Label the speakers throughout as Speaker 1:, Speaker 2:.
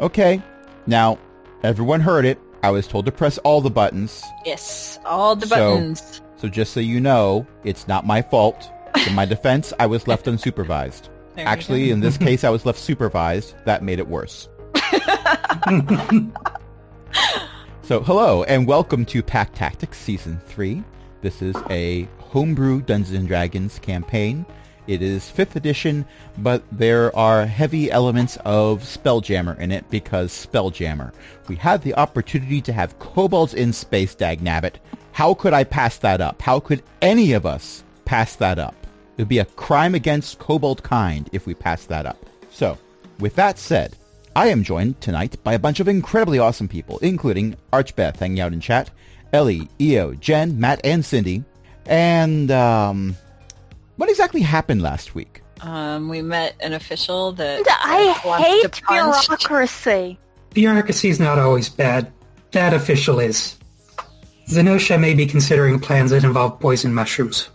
Speaker 1: Okay. Now, everyone heard it. I was told to press all the buttons.
Speaker 2: Yes, all the
Speaker 1: So-
Speaker 2: buttons.
Speaker 1: So just so you know, it's not my fault. In my defense, I was left unsupervised.
Speaker 2: There you
Speaker 1: Actually, in this case, I was left supervised. That made it worse. so, hello and welcome to Pack Tactics Season 3. This is a homebrew Dungeons and Dragons campaign. It is 5th edition, but there are heavy elements of Spelljammer in it because Spelljammer. We had the opportunity to have kobolds in space, dagnabbit. How could I pass that up? How could any of us pass that up? It would be a crime against kobold kind if we passed that up. So, with that said, I am joined tonight by a bunch of incredibly awesome people, including Archbeth hanging out in chat, Ellie, Eo, Jen, Matt, and Cindy. And, um, what exactly happened last week?
Speaker 2: go. Um, we met an official that
Speaker 3: I
Speaker 2: wants to
Speaker 3: hate
Speaker 2: punch-
Speaker 3: bureaucracy.
Speaker 4: Bureaucracy is not always bad. That official is. Zenosha may be considering plans that involve poison mushrooms.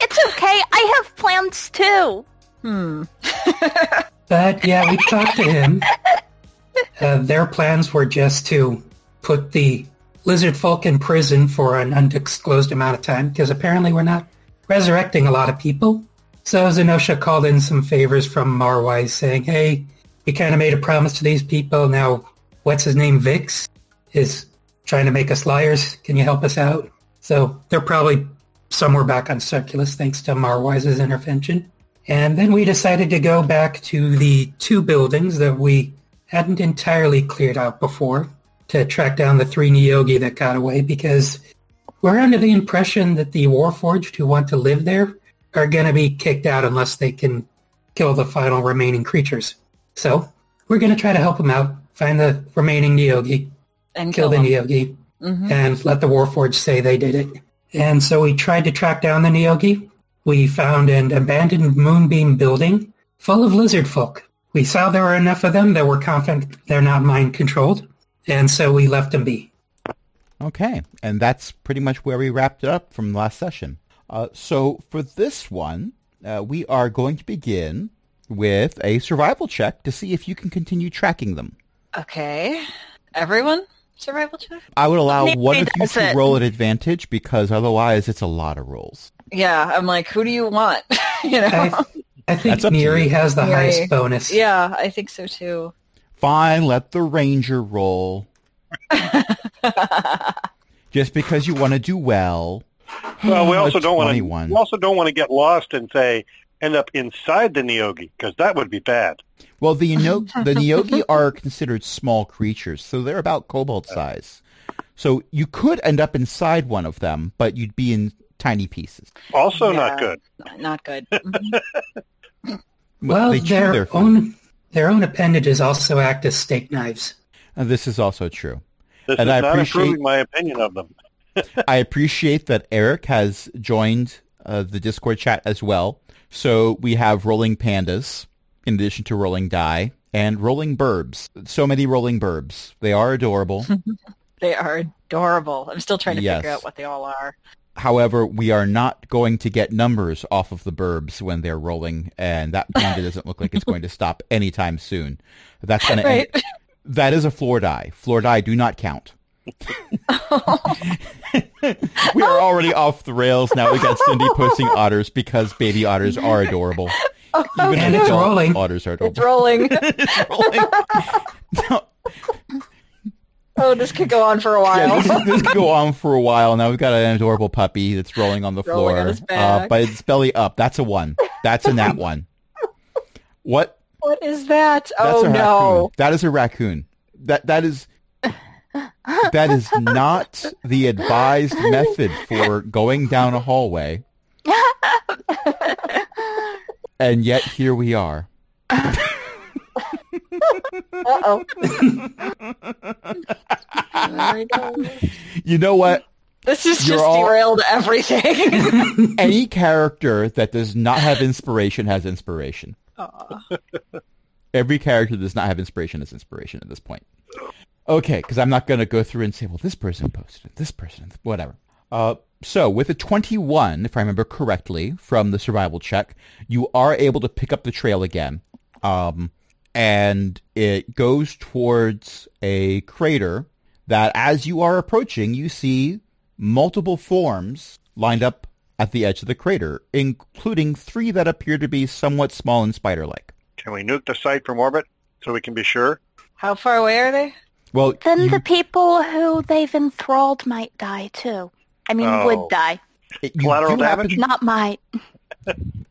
Speaker 3: It's okay. I have plans
Speaker 2: Oh
Speaker 3: too.
Speaker 4: But yeah, we talked to him. Uh, their plans were just to put the lizard folk in prison for an undisclosed amount of time because apparently we're not resurrecting a lot of people. So Zenosha called in some favors from Marwise saying, hey, we kind of made a promise to these people. Now, what's his name? Vix is trying to make us liars. Can you help us out? So they're probably somewhere back on Circulus thanks to Marwise's intervention. And then we decided to go back to the two buildings that we hadn't entirely cleared out before to track down the three Neogi that got away because we're under the impression that the Warforged who want to live there are going to be kicked out unless they can kill the final remaining creatures. So we're going to try to help them out, find the remaining Neogi,
Speaker 2: and
Speaker 4: kill
Speaker 2: killed
Speaker 4: the
Speaker 2: him.
Speaker 4: Neogi, and let the Warforged say they did it. And so we tried to track down the Neogi. We found an abandoned moonbeam building full of lizard folk. We saw there were enough of them that we're confident they're not mind controlled, and so we left them be.
Speaker 1: Okay, and that's pretty much where we wrapped it up from last session. Uh, so for this one, uh, we are going to begin with a survival check to see if you can continue tracking them.
Speaker 2: Okay, everyone, survival check.
Speaker 1: I would allow
Speaker 3: Maybe
Speaker 1: one of you
Speaker 3: that's
Speaker 1: to
Speaker 3: it.
Speaker 1: roll at advantage because otherwise it's a lot of rolls.
Speaker 2: Yeah, I'm like, who do you want? you know.
Speaker 4: I, I think
Speaker 1: That's up to
Speaker 4: Miri
Speaker 1: you.
Speaker 4: has the
Speaker 2: Miri.
Speaker 4: highest bonus.
Speaker 2: yeah, I think so too.
Speaker 1: Fine, let the ranger roll. Just because you want to do well.
Speaker 5: Well, we
Speaker 1: A
Speaker 5: also don't want to.
Speaker 1: 21.
Speaker 5: We also don't want to get lost and say end up inside the Neogi because that would be bad.
Speaker 1: Well, the Ino- the Nyogi are considered small creatures, so they're about kobold size. So you could end up inside one of them, but you'd be in tiny pieces.
Speaker 5: Also,
Speaker 2: Yeah.
Speaker 5: not good.
Speaker 2: Not- Not good. Mhm.
Speaker 4: Well,
Speaker 1: they chew
Speaker 4: their,
Speaker 1: their food.
Speaker 4: own their own appendages also act as steak knives.
Speaker 1: Uh, This is also true.
Speaker 5: This
Speaker 1: And
Speaker 5: is
Speaker 1: I
Speaker 5: not
Speaker 1: appreciate-
Speaker 5: improving my opinion of them.
Speaker 1: I appreciate that Eric has joined uh, the Discord chat as well. So we have rolling pandas in addition to rolling die and rolling burbs. So many rolling burbs. They are adorable.
Speaker 2: they are adorable. I'm still trying to
Speaker 1: Yes.
Speaker 2: figure out what they all are.
Speaker 1: However, we are not going to get numbers off of the burbs when they're rolling, and that panda doesn't look like it's going to stop anytime soon. That's going
Speaker 2: Right.
Speaker 1: to that is a floor die. Floor die do not count. we are already off the rails now. We got Cindy posting otters because baby otters are adorable. Even
Speaker 4: And it's
Speaker 1: adult
Speaker 4: rolling.
Speaker 1: Otters are
Speaker 2: It's
Speaker 1: adorable.
Speaker 2: rolling.
Speaker 1: Oh, It's rolling. No,
Speaker 2: oh, this could go on for a while.
Speaker 1: Yeah, this, this could go on for a while. Now we've got an adorable puppy that's rolling on the
Speaker 2: Rolling
Speaker 1: floor,
Speaker 2: on his
Speaker 1: uh,
Speaker 2: back.
Speaker 1: but it's belly up. That's a one. That's a nat one. What?
Speaker 2: What is that?
Speaker 1: That's
Speaker 2: oh
Speaker 1: a
Speaker 2: no.
Speaker 1: raccoon. That is a raccoon. That that is that is not the advised method for going down a hallway. And yet here we are.
Speaker 2: Uh oh. there we go.
Speaker 1: You know what?
Speaker 2: This is
Speaker 1: You're
Speaker 2: just
Speaker 1: all-
Speaker 2: derailed everything.
Speaker 1: Any character that does not have inspiration has inspiration.
Speaker 2: Aw.
Speaker 1: every character does not have inspiration as inspiration at this point. Okay, because I'm not going to go through and say, well, this person posted it, this person, whatever. Uh, so with a 21, if I remember correctly, from the survival check, you are able to pick up the trail again. Um, and it goes towards a crater that as you are approaching, you see multiple forms lined up at the edge of the crater, including three that appear to be somewhat small and spider-like.
Speaker 5: Can we nuke the site from orbit so we can be sure?
Speaker 2: How far away are they?
Speaker 1: Well,
Speaker 3: Then
Speaker 1: you,
Speaker 3: the people who they've enthralled might die too. I mean,
Speaker 5: Oh.
Speaker 3: would die,
Speaker 1: you
Speaker 5: collateral
Speaker 1: do happen-
Speaker 5: damage?
Speaker 3: not might.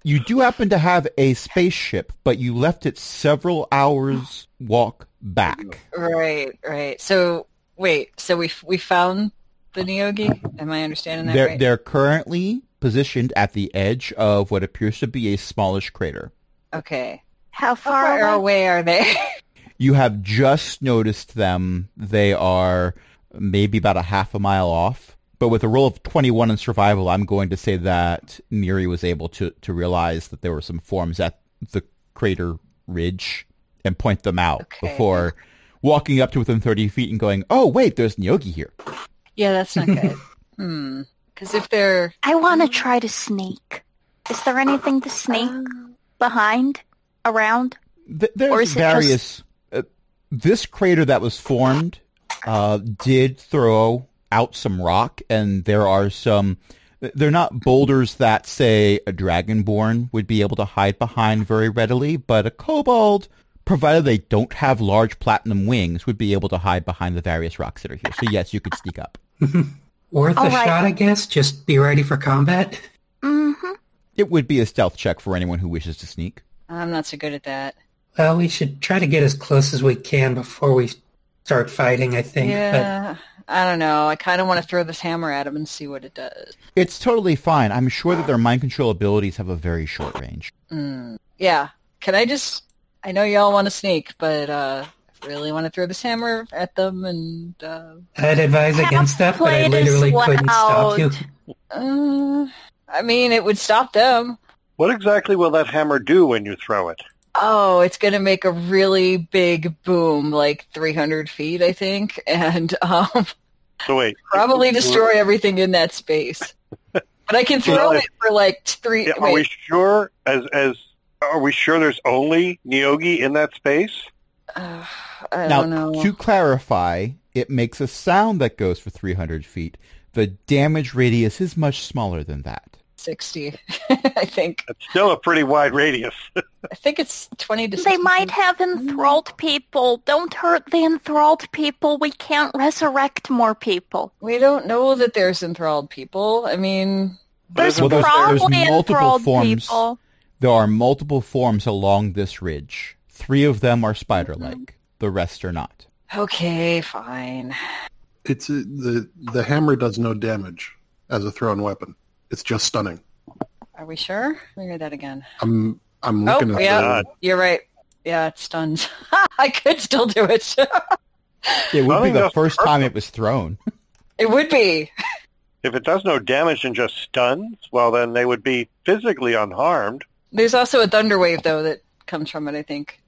Speaker 1: You do happen to have a spaceship, but you left it several hours walk back.
Speaker 2: Right, right. So wait, so we we found the Neogi. Am I understanding that
Speaker 1: They're
Speaker 2: right?
Speaker 1: they're currently positioned at the edge of what appears to be a smallish crater.
Speaker 2: okay.
Speaker 3: How
Speaker 2: How
Speaker 3: far?
Speaker 2: far
Speaker 3: away?
Speaker 2: away are they?
Speaker 1: You have just noticed them. They are maybe about a half a mile off. But with a roll of 21 in survival, I'm going to say that Neri was able to, to realize that there were some forms at the crater ridge and point them out
Speaker 2: Okay.
Speaker 1: before walking up to within 30 feet and going, oh, wait, there's Nyogi here.
Speaker 2: yeah, that's not good. hmm. Because if they're
Speaker 3: I want
Speaker 2: mm.
Speaker 3: to try to sneak. Is there anything to sneak
Speaker 2: Uh.
Speaker 3: behind, around?
Speaker 1: Th-
Speaker 3: Or
Speaker 1: there's
Speaker 3: is it
Speaker 1: various. Uh, this crater that was formed uh, did throw out some rock, and there are some. They're not boulders that, say, a dragonborn would be able to hide behind very readily, but a kobold, provided they don't have large platinum wings, would be able to hide behind the various rocks that are here. So yes, you could sneak up.
Speaker 4: Worth
Speaker 3: All
Speaker 4: a
Speaker 3: right.
Speaker 4: shot, I guess. Just be ready for combat.
Speaker 3: hmm
Speaker 1: It would be a stealth check for anyone who wishes to sneak.
Speaker 2: I'm not so good at that.
Speaker 4: Well, we should try to get as close as we can before we start fighting, I think. uh,
Speaker 2: Yeah, I don't know. I kind of want to throw this hammer at him and see what it does.
Speaker 1: It's totally fine. I'm sure that their mind control abilities have a very short range.
Speaker 2: Mm. Yeah. Can I just? I know y'all want to sneak, but uh, I really want to throw this hammer at them. And uh,
Speaker 4: But I'd advise against that, but I
Speaker 3: Half-plate is
Speaker 4: literally couldn't stop you.
Speaker 3: loud.
Speaker 2: uh, I mean, it would stop them.
Speaker 5: What exactly will that hammer do when you throw it?
Speaker 2: Oh, it's gonna make a really big boom, like 300 feet, I think, and um,
Speaker 5: So wait,
Speaker 2: probably destroy everything in that space. But I can throw
Speaker 5: Well,
Speaker 2: it for like three.
Speaker 5: Yeah, are
Speaker 2: wait,
Speaker 5: we sure? As as are we sure there's only Nyogi in that space?
Speaker 2: uh, I
Speaker 1: Now,
Speaker 2: don't know.
Speaker 1: to clarify, it makes a sound that goes for 300 feet. The damage radius is much smaller than that.
Speaker 2: 60, I think.
Speaker 5: That's still a pretty wide radius.
Speaker 2: I think it's 20 to.
Speaker 3: They
Speaker 2: 60.
Speaker 3: might have
Speaker 2: Mm.
Speaker 3: enthralled people. Don't hurt the enthralled people. We can't resurrect more people.
Speaker 2: We don't know that there's enthralled people. I mean,
Speaker 3: There's
Speaker 1: Well, there's- there's
Speaker 3: probably
Speaker 1: multiple
Speaker 3: enthralled
Speaker 1: forms.
Speaker 3: people.
Speaker 1: There are multiple forms along this ridge. Three of them are spider-like.
Speaker 2: Mm-hmm.
Speaker 1: The rest are not.
Speaker 2: okay, fine.
Speaker 6: It's uh, the the hammer does no damage as a thrown weapon. It's just stunning.
Speaker 2: Are we sure? Let me read that again.
Speaker 6: I'm I'm
Speaker 2: Oh,
Speaker 6: looking at
Speaker 2: yeah.
Speaker 6: the,
Speaker 2: You're right. Yeah, it stuns. I could still do it.
Speaker 1: It would be
Speaker 5: Nothing
Speaker 1: the
Speaker 5: else
Speaker 1: first
Speaker 5: hurts
Speaker 1: time
Speaker 5: them.
Speaker 1: it was thrown.
Speaker 2: it would be.
Speaker 5: If it does no damage and just stuns, well, then they would be physically unharmed.
Speaker 2: There's also a thunder wave, though, that comes from it, I think.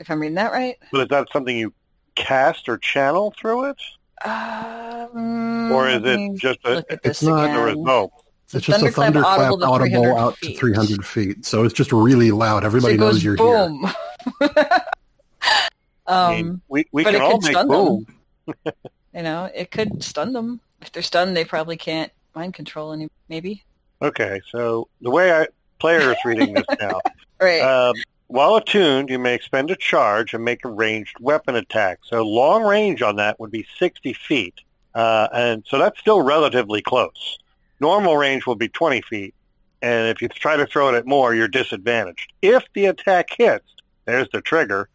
Speaker 2: If I'm reading that right.
Speaker 5: But is that something you cast or channel through it,
Speaker 2: Um,
Speaker 5: or is
Speaker 2: let me
Speaker 5: it just a?
Speaker 2: Look at
Speaker 6: it's
Speaker 2: this
Speaker 6: not-
Speaker 5: There is
Speaker 2: again.
Speaker 5: no.
Speaker 2: It's
Speaker 6: it's, just a thunderclap audible,
Speaker 2: to 300
Speaker 6: out to
Speaker 2: feet.
Speaker 6: 300 feet. So it's just really loud.
Speaker 2: So
Speaker 6: Everybody
Speaker 2: it goes
Speaker 6: knows you're here.
Speaker 2: boom.
Speaker 5: I mean,
Speaker 2: um,
Speaker 5: we we
Speaker 2: but it
Speaker 5: can all
Speaker 2: could
Speaker 5: make
Speaker 2: stun them.
Speaker 5: boom.
Speaker 2: you know, it could stun them. If they're stunned, they probably can't mind control any. Maybe.
Speaker 5: Okay, so the way I player is reading this now.
Speaker 2: Right.
Speaker 5: Um, while attuned, you may expend a charge and make a ranged weapon attack. So long range on that would be 60 feet. Uh, and so that's still relatively close. Normal range will be 20 feet. And if you try to throw it at more, you're disadvantaged. If the attack hits, there's the trigger.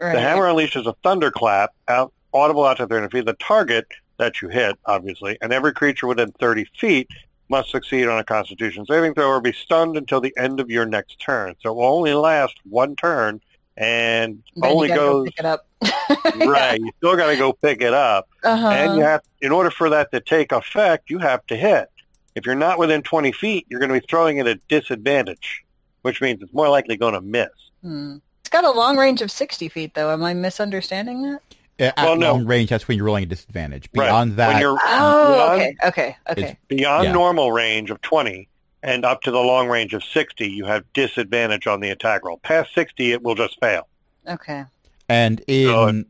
Speaker 2: right.
Speaker 5: The hammer unleashes a thunderclap out, audible out to 300 feet. The target that you hit, obviously, and every creature within 30 feet must succeed on a constitution saving throw or be stunned until the end of your next turn. So it will only last one turn and
Speaker 2: Then you
Speaker 5: only
Speaker 2: gotta go
Speaker 5: goes,
Speaker 2: pick it up. Yeah.
Speaker 5: right. You still got to go pick it up.
Speaker 2: Uh-huh.
Speaker 5: and you have, in order for that to take effect, you have to hit. If you're not within 20 feet, you're going to be throwing it at disadvantage, which means it's more likely going to miss.
Speaker 2: Hmm. It's got a long range of 60 feet, though. Am I misunderstanding that?
Speaker 1: eh, At
Speaker 5: Well, no.
Speaker 1: long range, that's when you're rolling a disadvantage.
Speaker 5: Right.
Speaker 1: Beyond
Speaker 5: when
Speaker 1: that,
Speaker 5: you're
Speaker 2: Oh,
Speaker 5: beyond-
Speaker 2: okay. Okay. Okay.
Speaker 1: It's-
Speaker 5: beyond
Speaker 1: Yeah.
Speaker 5: normal range of 20 and up to the long range of 60, you have disadvantage on the attack roll. Past 60, it will just fail.
Speaker 2: Okay.
Speaker 1: And in
Speaker 5: Oh,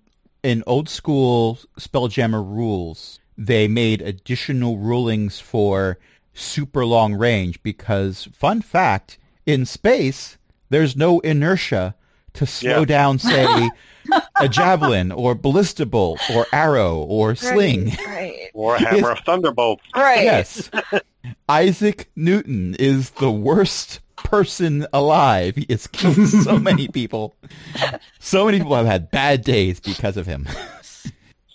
Speaker 1: in old school Spelljammer rules, they made additional rulings for super long range because fun fact, in space there's no inertia to slow
Speaker 5: Yeah.
Speaker 1: down say a javelin or ballista bolt or arrow or sling.
Speaker 2: Right.
Speaker 5: Or a hammer of thunderbolt.
Speaker 2: Right.
Speaker 1: Yes. Isaac Newton is the worst person alive. He has killed so many people. So many people have had bad days because of him.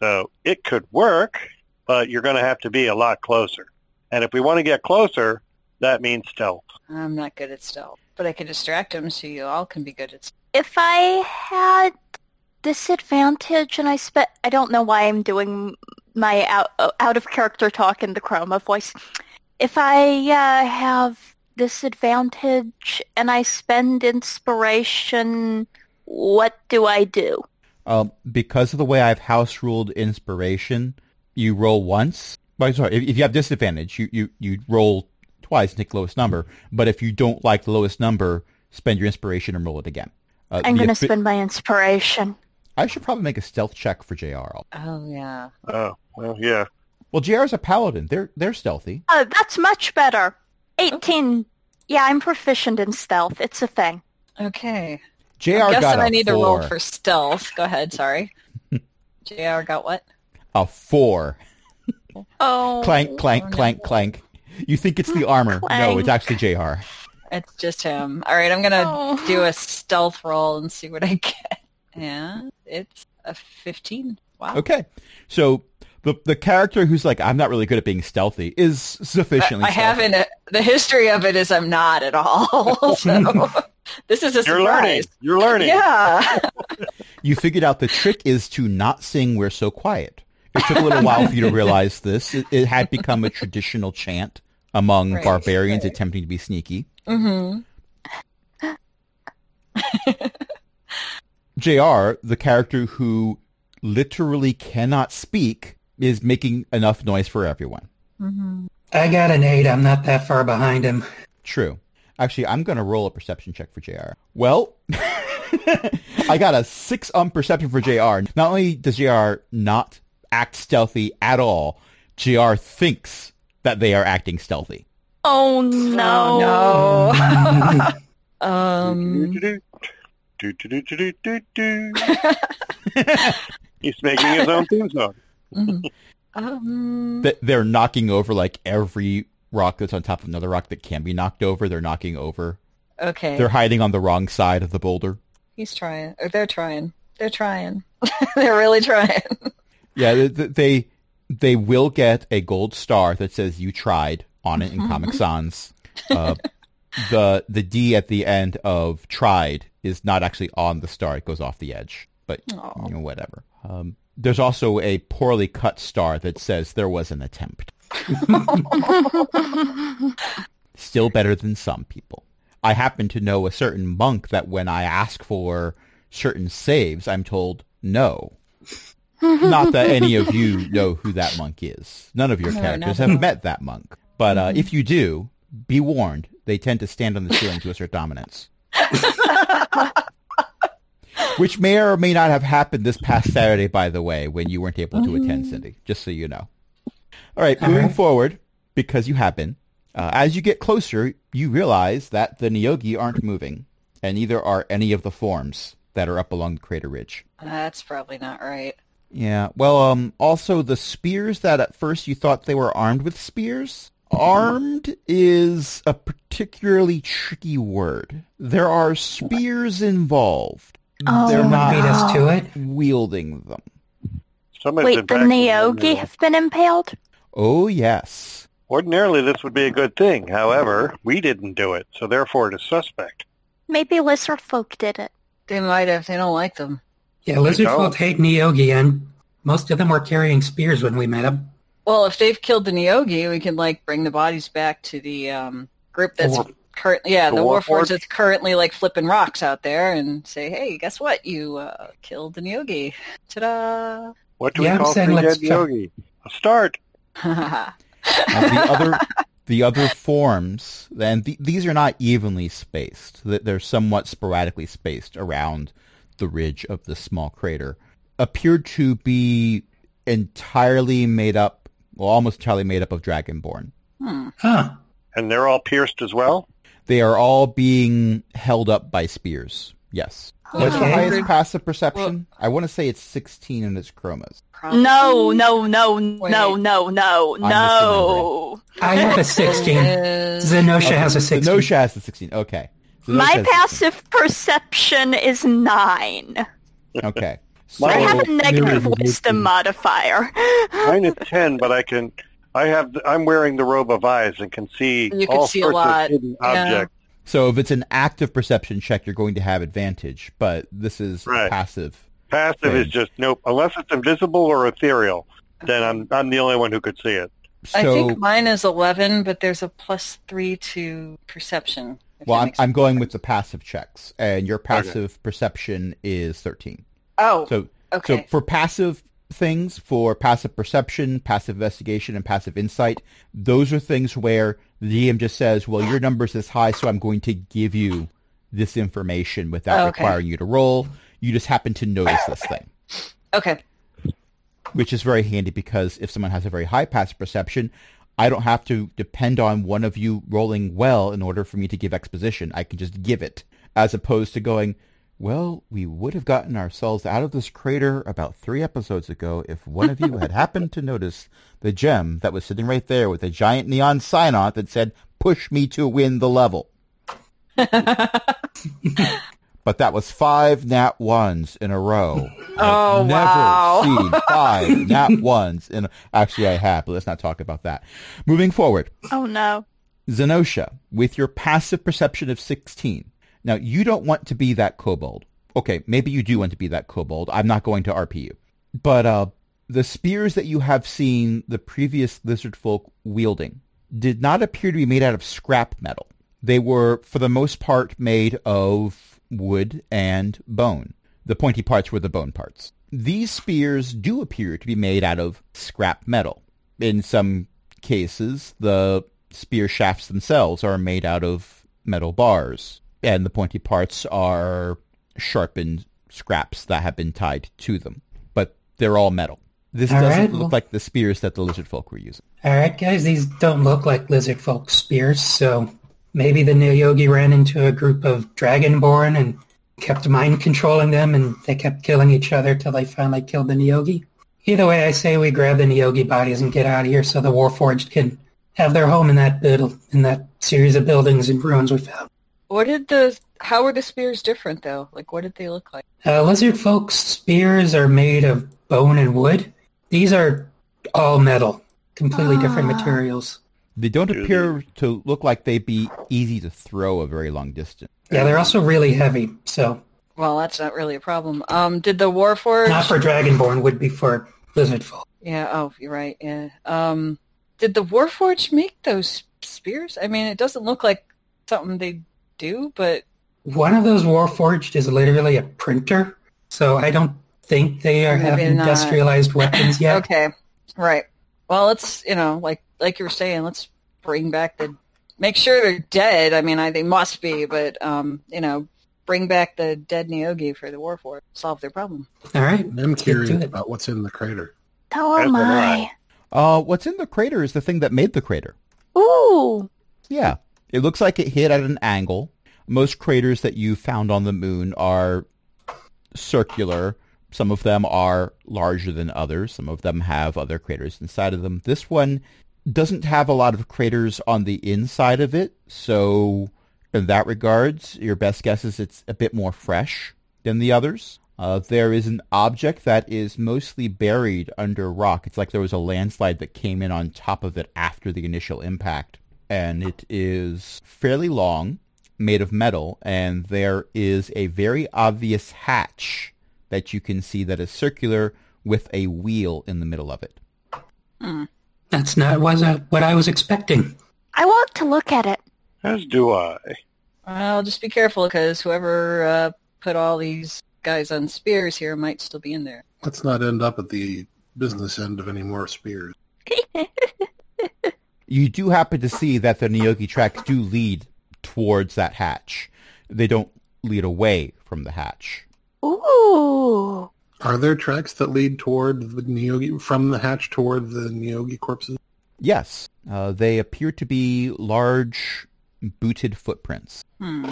Speaker 5: So it could work, but you're going to have to be a lot closer. And if we want to get closer, that means stealth.
Speaker 2: I'm not good at stealth, but I can distract him so you all can be good at stealth.
Speaker 3: If I had disadvantage and I spent, I don't know why I'm doing my out, uh, out of character talk in the chroma voice. If I uh, have disadvantage and I spend inspiration, what do I do?
Speaker 1: Um, because of the way I've house ruled inspiration, you roll once. But sorry, if, if you have disadvantage, you, you, you roll twice and take the lowest number. But if you don't like the lowest number, spend your inspiration and roll it again. Uh,
Speaker 3: I'm
Speaker 1: the
Speaker 3: going to
Speaker 1: affi-
Speaker 3: spend my inspiration.
Speaker 1: I should probably make a stealth check for JR.
Speaker 2: Oh yeah.
Speaker 5: Oh, well, yeah.
Speaker 1: Well, JR's a paladin. They're they're stealthy.
Speaker 3: Oh, that's much better. 18. Yeah, I'm proficient in stealth. It's a thing.
Speaker 2: Okay.
Speaker 1: JR
Speaker 2: I
Speaker 1: got
Speaker 2: guess that
Speaker 1: a
Speaker 2: I need
Speaker 1: four.
Speaker 2: to roll for stealth. Go ahead. Sorry. Jr. got what?
Speaker 1: a four.
Speaker 3: Oh.
Speaker 1: Clank, clank,
Speaker 2: no.
Speaker 1: clank, clank. You think it's the armor? No, it's actually Jr.
Speaker 2: It's just him. All right. I'm gonna
Speaker 3: Oh.
Speaker 2: do a stealth roll and see what I get. Yeah. It's a 15. Wow.
Speaker 1: Okay, so the the character who's like, I'm not really good at being stealthy, is sufficiently.
Speaker 2: I haven't. The history of it is I'm not at all. So this is a
Speaker 5: You're learning.
Speaker 2: surprise.
Speaker 5: You're learning.
Speaker 2: Yeah.
Speaker 1: stealthy. You figured out the trick is to not sing "We're So Quiet." It took a little while for you to realize this. It, it had become a traditional chant among
Speaker 2: Right,
Speaker 1: barbarians attempting to be sneaky.
Speaker 2: hmm
Speaker 1: Jr., the character who literally cannot speak, is making enough noise for everyone.
Speaker 2: hmm
Speaker 4: I got an eight. I'm not that far behind him.
Speaker 1: True. Actually, I'm going to roll a perception check for JR. Well, I got a six on perception for JR. Not only does JR not act stealthy at all, JR thinks that they are acting stealthy.
Speaker 3: Oh, no.
Speaker 2: Oh, no. um.
Speaker 5: Do-do-do-do. Do-do-do-do-do-do. He's making his own theme song.
Speaker 2: mhm. Um.
Speaker 1: Th- They're knocking over like every rock that's on top of another rock that can be knocked over. They're knocking over.
Speaker 2: Okay.
Speaker 1: They're hiding on the wrong side of the boulder.
Speaker 2: He's trying. Or they're trying. They're trying. they're really trying.
Speaker 1: Yeah, th- th- they they will get a gold star that says "You tried" on it in Comic Sans. Uh, the the D at the end of "tried" is not actually on the star; it goes off the edge. But
Speaker 2: Aw.
Speaker 1: you know, whatever. Um, there's also a poorly cut star that says there was an attempt. Still better than some people. I happen to know a certain monk that when I ask for certain saves, I'm told no. Not that any of you know who that monk is. None of your
Speaker 2: No, Mm-hmm.
Speaker 1: characters
Speaker 2: not at
Speaker 1: have
Speaker 2: all.
Speaker 1: met that monk. But uh, if you do, be warned. They tend to stand on the ceiling to assert dominance. Which may or may not have happened this past Saturday, by the way, when you weren't able to attend, Cindy, just so you know. All right,
Speaker 4: All
Speaker 1: moving
Speaker 4: right.
Speaker 1: forward, because you have been, uh, as you get closer, you realize that the Niyogi aren't moving, and neither are any of the forms that are up along the crater ridge.
Speaker 2: That's probably not right.
Speaker 1: Yeah. Well, um, also the spears that at first you thought they were armed with spears. Armed is a particularly tricky word. There are spears involved.
Speaker 3: Oh,
Speaker 1: They're
Speaker 4: Someone
Speaker 1: not
Speaker 4: beat us to it.
Speaker 1: wielding them.
Speaker 5: Somebody's
Speaker 3: Wait, the
Speaker 5: been practicing
Speaker 3: Neogi
Speaker 5: that.
Speaker 3: have been impaled?
Speaker 1: Oh yes.
Speaker 5: Ordinarily, this would be a good thing. However, we didn't do it, so therefore it is suspect.
Speaker 3: Maybe lizard folk did it.
Speaker 2: They might have. They don't like them.
Speaker 4: Yeah, lizard
Speaker 5: don't.
Speaker 4: folk hate Neogi, and most of them were carrying spears when we met them.
Speaker 2: Well, if they've killed the Nyogi, we can like bring the bodies back to the um, group that's
Speaker 5: War-
Speaker 2: currently yeah
Speaker 5: the
Speaker 2: the
Speaker 5: War
Speaker 2: Warforged
Speaker 5: Forge?
Speaker 2: that's currently like flipping rocks out there and say, hey, guess what? You uh, killed the Nyogi. Ta-da!
Speaker 5: What do
Speaker 4: Yeah, I'm
Speaker 5: we call
Speaker 4: saying
Speaker 5: three
Speaker 4: let's uh,
Speaker 5: dead
Speaker 4: try-
Speaker 5: yogi? A start.
Speaker 2: Hmm.
Speaker 1: And the other the other forms then th- these are not evenly spaced. Th- They're somewhat sporadically spaced around the ridge of the small crater, appeared to be entirely made up, well, almost entirely made up of dragonborn.
Speaker 2: Hmm.
Speaker 4: Huh.
Speaker 5: And they're all pierced as well?
Speaker 1: They are all being held up by spears. Yes. What's the
Speaker 2: Hmm.
Speaker 4: Okay.
Speaker 1: highest passive perception? I want to say it's 16 in its chromas.
Speaker 2: Probably.
Speaker 3: No, no, no,
Speaker 2: Wait.
Speaker 3: no, no, no, no.
Speaker 4: I have a 16.
Speaker 2: Is-
Speaker 4: Zenosha has a
Speaker 1: Okay,
Speaker 4: 16.
Speaker 1: Zenosha has the 16. Okay. Zenosha
Speaker 3: My
Speaker 1: has the 16.
Speaker 3: passive perception is nine.
Speaker 1: Okay.
Speaker 5: Mine-
Speaker 3: I have a
Speaker 5: Oh,
Speaker 3: negative
Speaker 6: you're-
Speaker 3: wisdom modifier.
Speaker 5: Mine is ten, but I can. I have. I'm wearing the robe of eyes and can see
Speaker 2: You can
Speaker 5: all
Speaker 2: see a
Speaker 5: sorts
Speaker 2: lot,
Speaker 5: of hidden
Speaker 2: yeah.
Speaker 5: objects.
Speaker 1: So if it's an active perception check, you're going to have advantage, but this is a
Speaker 5: Right.
Speaker 1: passive.
Speaker 5: Passive is
Speaker 1: Same.
Speaker 5: just nope. Unless it's invisible or ethereal, then I'm I'm the only one who could see it.
Speaker 1: So,
Speaker 2: I think mine is 11, but there's a plus 3 to perception. if
Speaker 1: well,
Speaker 2: that
Speaker 1: I'm,
Speaker 2: makes-
Speaker 1: I'm going with the passive checks, and your passive perception is 13.
Speaker 2: oh,
Speaker 1: So, so
Speaker 2: okay.
Speaker 1: for passive things, for passive perception, passive investigation, and passive insight, those are things where the DM just says, "Well, your number's this high, so I'm going to give you this information without
Speaker 2: Oh, okay.
Speaker 1: requiring you to roll. You just happen to notice this thing."
Speaker 2: okay.
Speaker 1: which is very handy because if someone has a very high passive perception, I don't have to depend on one of you rolling well in order for me to give exposition. I can just give it, as opposed to going, well, we would have gotten ourselves out of this crater about three episodes ago if one of you had happened to notice the gem that was sitting right there with a giant neon sign on it that said, push me to win the level. but that was five nat ones in a row.
Speaker 3: Oh,
Speaker 1: Never
Speaker 3: wow.
Speaker 1: seen five nat ones in. Actually, I have, but let's not talk about that. Moving forward,
Speaker 3: oh no.
Speaker 1: Zenosha, with your passive perception of sixteen. Now you don't want to be that kobold. Okay, maybe you do want to be that kobold. I'm not going to RP you, but uh, the spears that you have seen the previous lizard folk wielding did not appear to be made out of scrap metal. They were, for the most part, made of wood and bone. The pointy parts were the bone parts. These spears do appear to be made out of scrap metal. In some cases, the spear shafts themselves are made out of metal bars, and the pointy parts are sharpened scraps that have been tied to them. But they're all metal. This
Speaker 4: All
Speaker 1: doesn't
Speaker 4: right,
Speaker 1: look
Speaker 4: well-
Speaker 1: like the spears that the lizard folk were using.
Speaker 4: All right, guys, these don't look like lizard folk spears, so maybe the new yogi ran into a group of dragonborn and kept mind controlling them, and they kept killing each other till they finally killed the Niyogi. Either way, I say we grab the Niyogi bodies and get out of here so the Warforged can have their home in that build, in that series of buildings and ruins we found.
Speaker 2: What did the, how were the spears different though? Like what did they look like?
Speaker 4: Uh, lizard folk's spears are made of bone and wood. These are all metal, completely different materials.
Speaker 1: They don't
Speaker 5: Do
Speaker 1: appear to look like they'd be easy to throw a very long distance.
Speaker 4: Yeah, they're also really heavy, so
Speaker 2: Well, that's not really a problem. Um, did the Warforged?
Speaker 4: Not for Dragonborn, would be for Lizard Folk.
Speaker 2: yeah. Oh, you're right. Yeah. Um, did the Warforged make those spears? I mean, it doesn't look like something they do, but
Speaker 4: One of those Warforged is literally a printer, so I don't think they are have
Speaker 2: Maybe not.
Speaker 4: industrialized weapons yet.
Speaker 2: okay, right. Well, let's you know, like like you were saying, let's bring back the, make sure they're dead. I mean, I they must be, but um, you know, bring back the dead Neogi for the Warforged, solve their problem.
Speaker 4: All right.
Speaker 6: I'm
Speaker 4: Let's get to
Speaker 6: curious
Speaker 4: it.
Speaker 6: about what's in the crater.
Speaker 3: Oh
Speaker 5: That's a
Speaker 3: my.
Speaker 1: Uh, what's in the crater is the thing that made the crater.
Speaker 3: Ooh.
Speaker 1: Yeah. It looks like it hit at an angle. Most craters that you found on the moon are circular. Some of them are larger than others. Some of them have other craters inside of them. This one doesn't have a lot of craters on the inside of it. So in that regards, your best guess is it's a bit more fresh than the others. Uh, there is an object that is mostly buried under rock. It's like there was a landslide that came in on top of it after the initial impact. And it is fairly long, made of metal, and there is a very obvious hatch that you can see that is circular with a wheel in the middle of it.
Speaker 4: That's not was uh, what I was expecting.
Speaker 3: I want to look at it.
Speaker 5: As do I.
Speaker 2: Well, just be careful because whoever uh, put all these guys on spears here might still be in there.
Speaker 6: Let's not end up at the business end of any more spears.
Speaker 1: You do happen to see that the Niyogi tracks do lead towards that hatch. They don't lead away from the hatch.
Speaker 3: Ooh.
Speaker 6: Are there tracks that lead toward the Neogi from the hatch toward the Neogi corpses?
Speaker 1: Yes, uh, they appear to be large booted footprints.
Speaker 2: Hmm.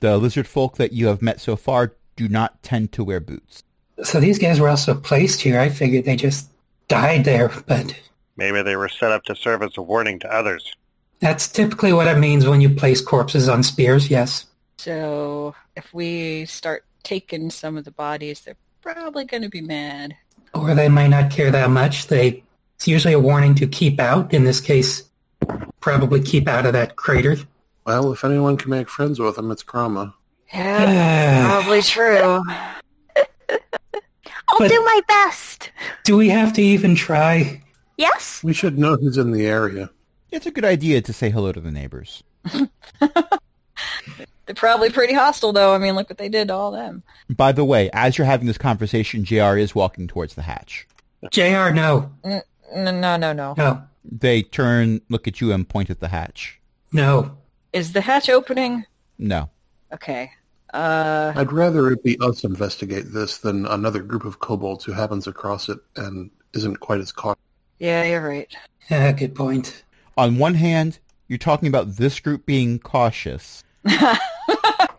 Speaker 1: The lizard folk that you have met so far do not tend to wear boots.
Speaker 4: So these guys were also placed here. I figured they just died there, but
Speaker 5: Maybe they were set up to serve as a warning to others.
Speaker 4: that's typically what it means when you place corpses on spears, yes.
Speaker 2: So if we start taking some of the bodies, they're probably going to be mad.
Speaker 4: Or they might not care that much. They it's usually a warning to keep out. In this case, probably keep out of that crater.
Speaker 6: Well, if anyone can make friends with them, it's Krama.
Speaker 2: Yeah, probably true.
Speaker 3: I'll
Speaker 4: But-
Speaker 3: do my best.
Speaker 4: Do we have to even try?
Speaker 3: Yes.
Speaker 6: We should know who's in the area.
Speaker 1: It's a good idea to say hello to the neighbors.
Speaker 2: They're probably pretty hostile, though. I mean, look what they did to all them.
Speaker 1: By the way, as you're having this conversation, JR is walking towards the hatch.
Speaker 4: JR, no.
Speaker 2: No, no, no, no.
Speaker 4: No.
Speaker 1: They turn, look at you, and point at the hatch.
Speaker 4: No.
Speaker 2: Is the hatch opening?
Speaker 1: No.
Speaker 2: Okay. Uh,
Speaker 6: I'd rather it be us investigate this than another group of kobolds who happens across it and isn't quite as cautious.
Speaker 2: yeah, you're right.
Speaker 4: Ah, good point.
Speaker 1: On one hand, you're talking about this group being cautious. but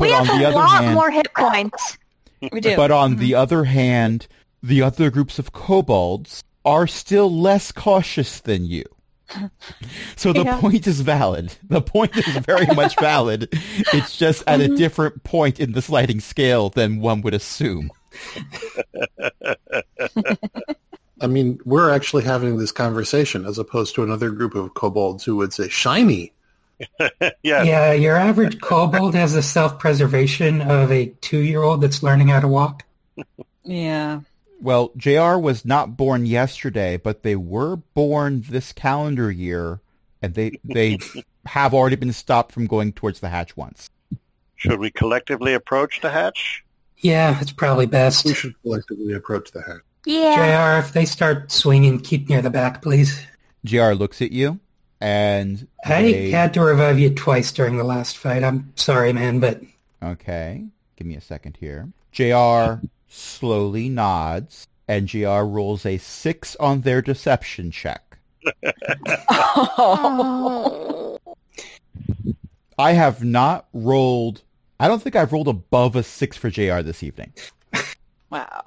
Speaker 3: we
Speaker 1: on
Speaker 3: have
Speaker 1: the
Speaker 3: a
Speaker 1: other
Speaker 3: lot
Speaker 1: hand,
Speaker 3: more Mm-hmm. hit points.
Speaker 2: We do.
Speaker 1: But uh, on the other hand, the other groups of kobolds are still less cautious than you. So the
Speaker 3: Yeah.
Speaker 1: point is valid. The point is very much valid. It's just at a
Speaker 3: Mm-hmm.
Speaker 1: different point in the sliding scale than one would assume.
Speaker 6: I mean, we're actually having this conversation as opposed to another group of kobolds who would say, shiny.
Speaker 5: Yes.
Speaker 4: Yeah, your average kobold has the self-preservation of a two-year-old that's learning how to walk.
Speaker 2: yeah.
Speaker 1: Well, JR was not born yesterday, but they were born this calendar year, and they they have already been stopped from going towards the hatch once.
Speaker 5: Should we collectively approach the hatch?
Speaker 4: Yeah, it's probably best.
Speaker 6: We should collectively approach the hatch.
Speaker 3: Yeah.
Speaker 4: JR, if they start swinging, keep near the back, please.
Speaker 1: JR looks at you, and
Speaker 4: I
Speaker 1: they-
Speaker 4: had to revive you twice during the last fight. I'm sorry, man, but
Speaker 1: Okay. Give me a second here. JR slowly nods, and JR rolls a six on their deception check.
Speaker 3: Oh.
Speaker 1: I have not rolled, I don't think I've rolled above a six for JR this evening.
Speaker 2: wow.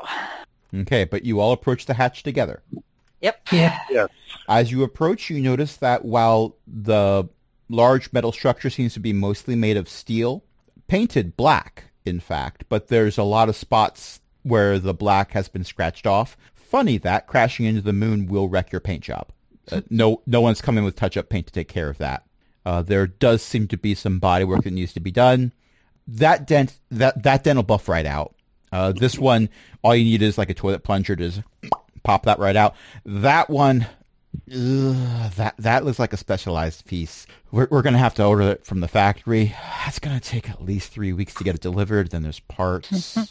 Speaker 1: Okay, but you all approach the hatch together.
Speaker 2: Yep.
Speaker 4: yeah,
Speaker 5: Yes.
Speaker 1: As you approach, you notice that while the large metal structure seems to be mostly made of steel, painted black, in fact, but there's a lot of spots where the black has been scratched off. Funny that crashing into the moon will wreck your paint job. Uh, no, no one's coming with touch-up paint to take care of that. Uh, there does seem to be some body work that needs to be done. That dent, that that dent will buff right out. Uh, this one, all you need is like a toilet plunger to just pop that right out. That one, Ugh, that that looks like a specialized piece. We're we're gonna have to order it from the factory. That's gonna take at least three weeks to get it delivered. Then there's parts, and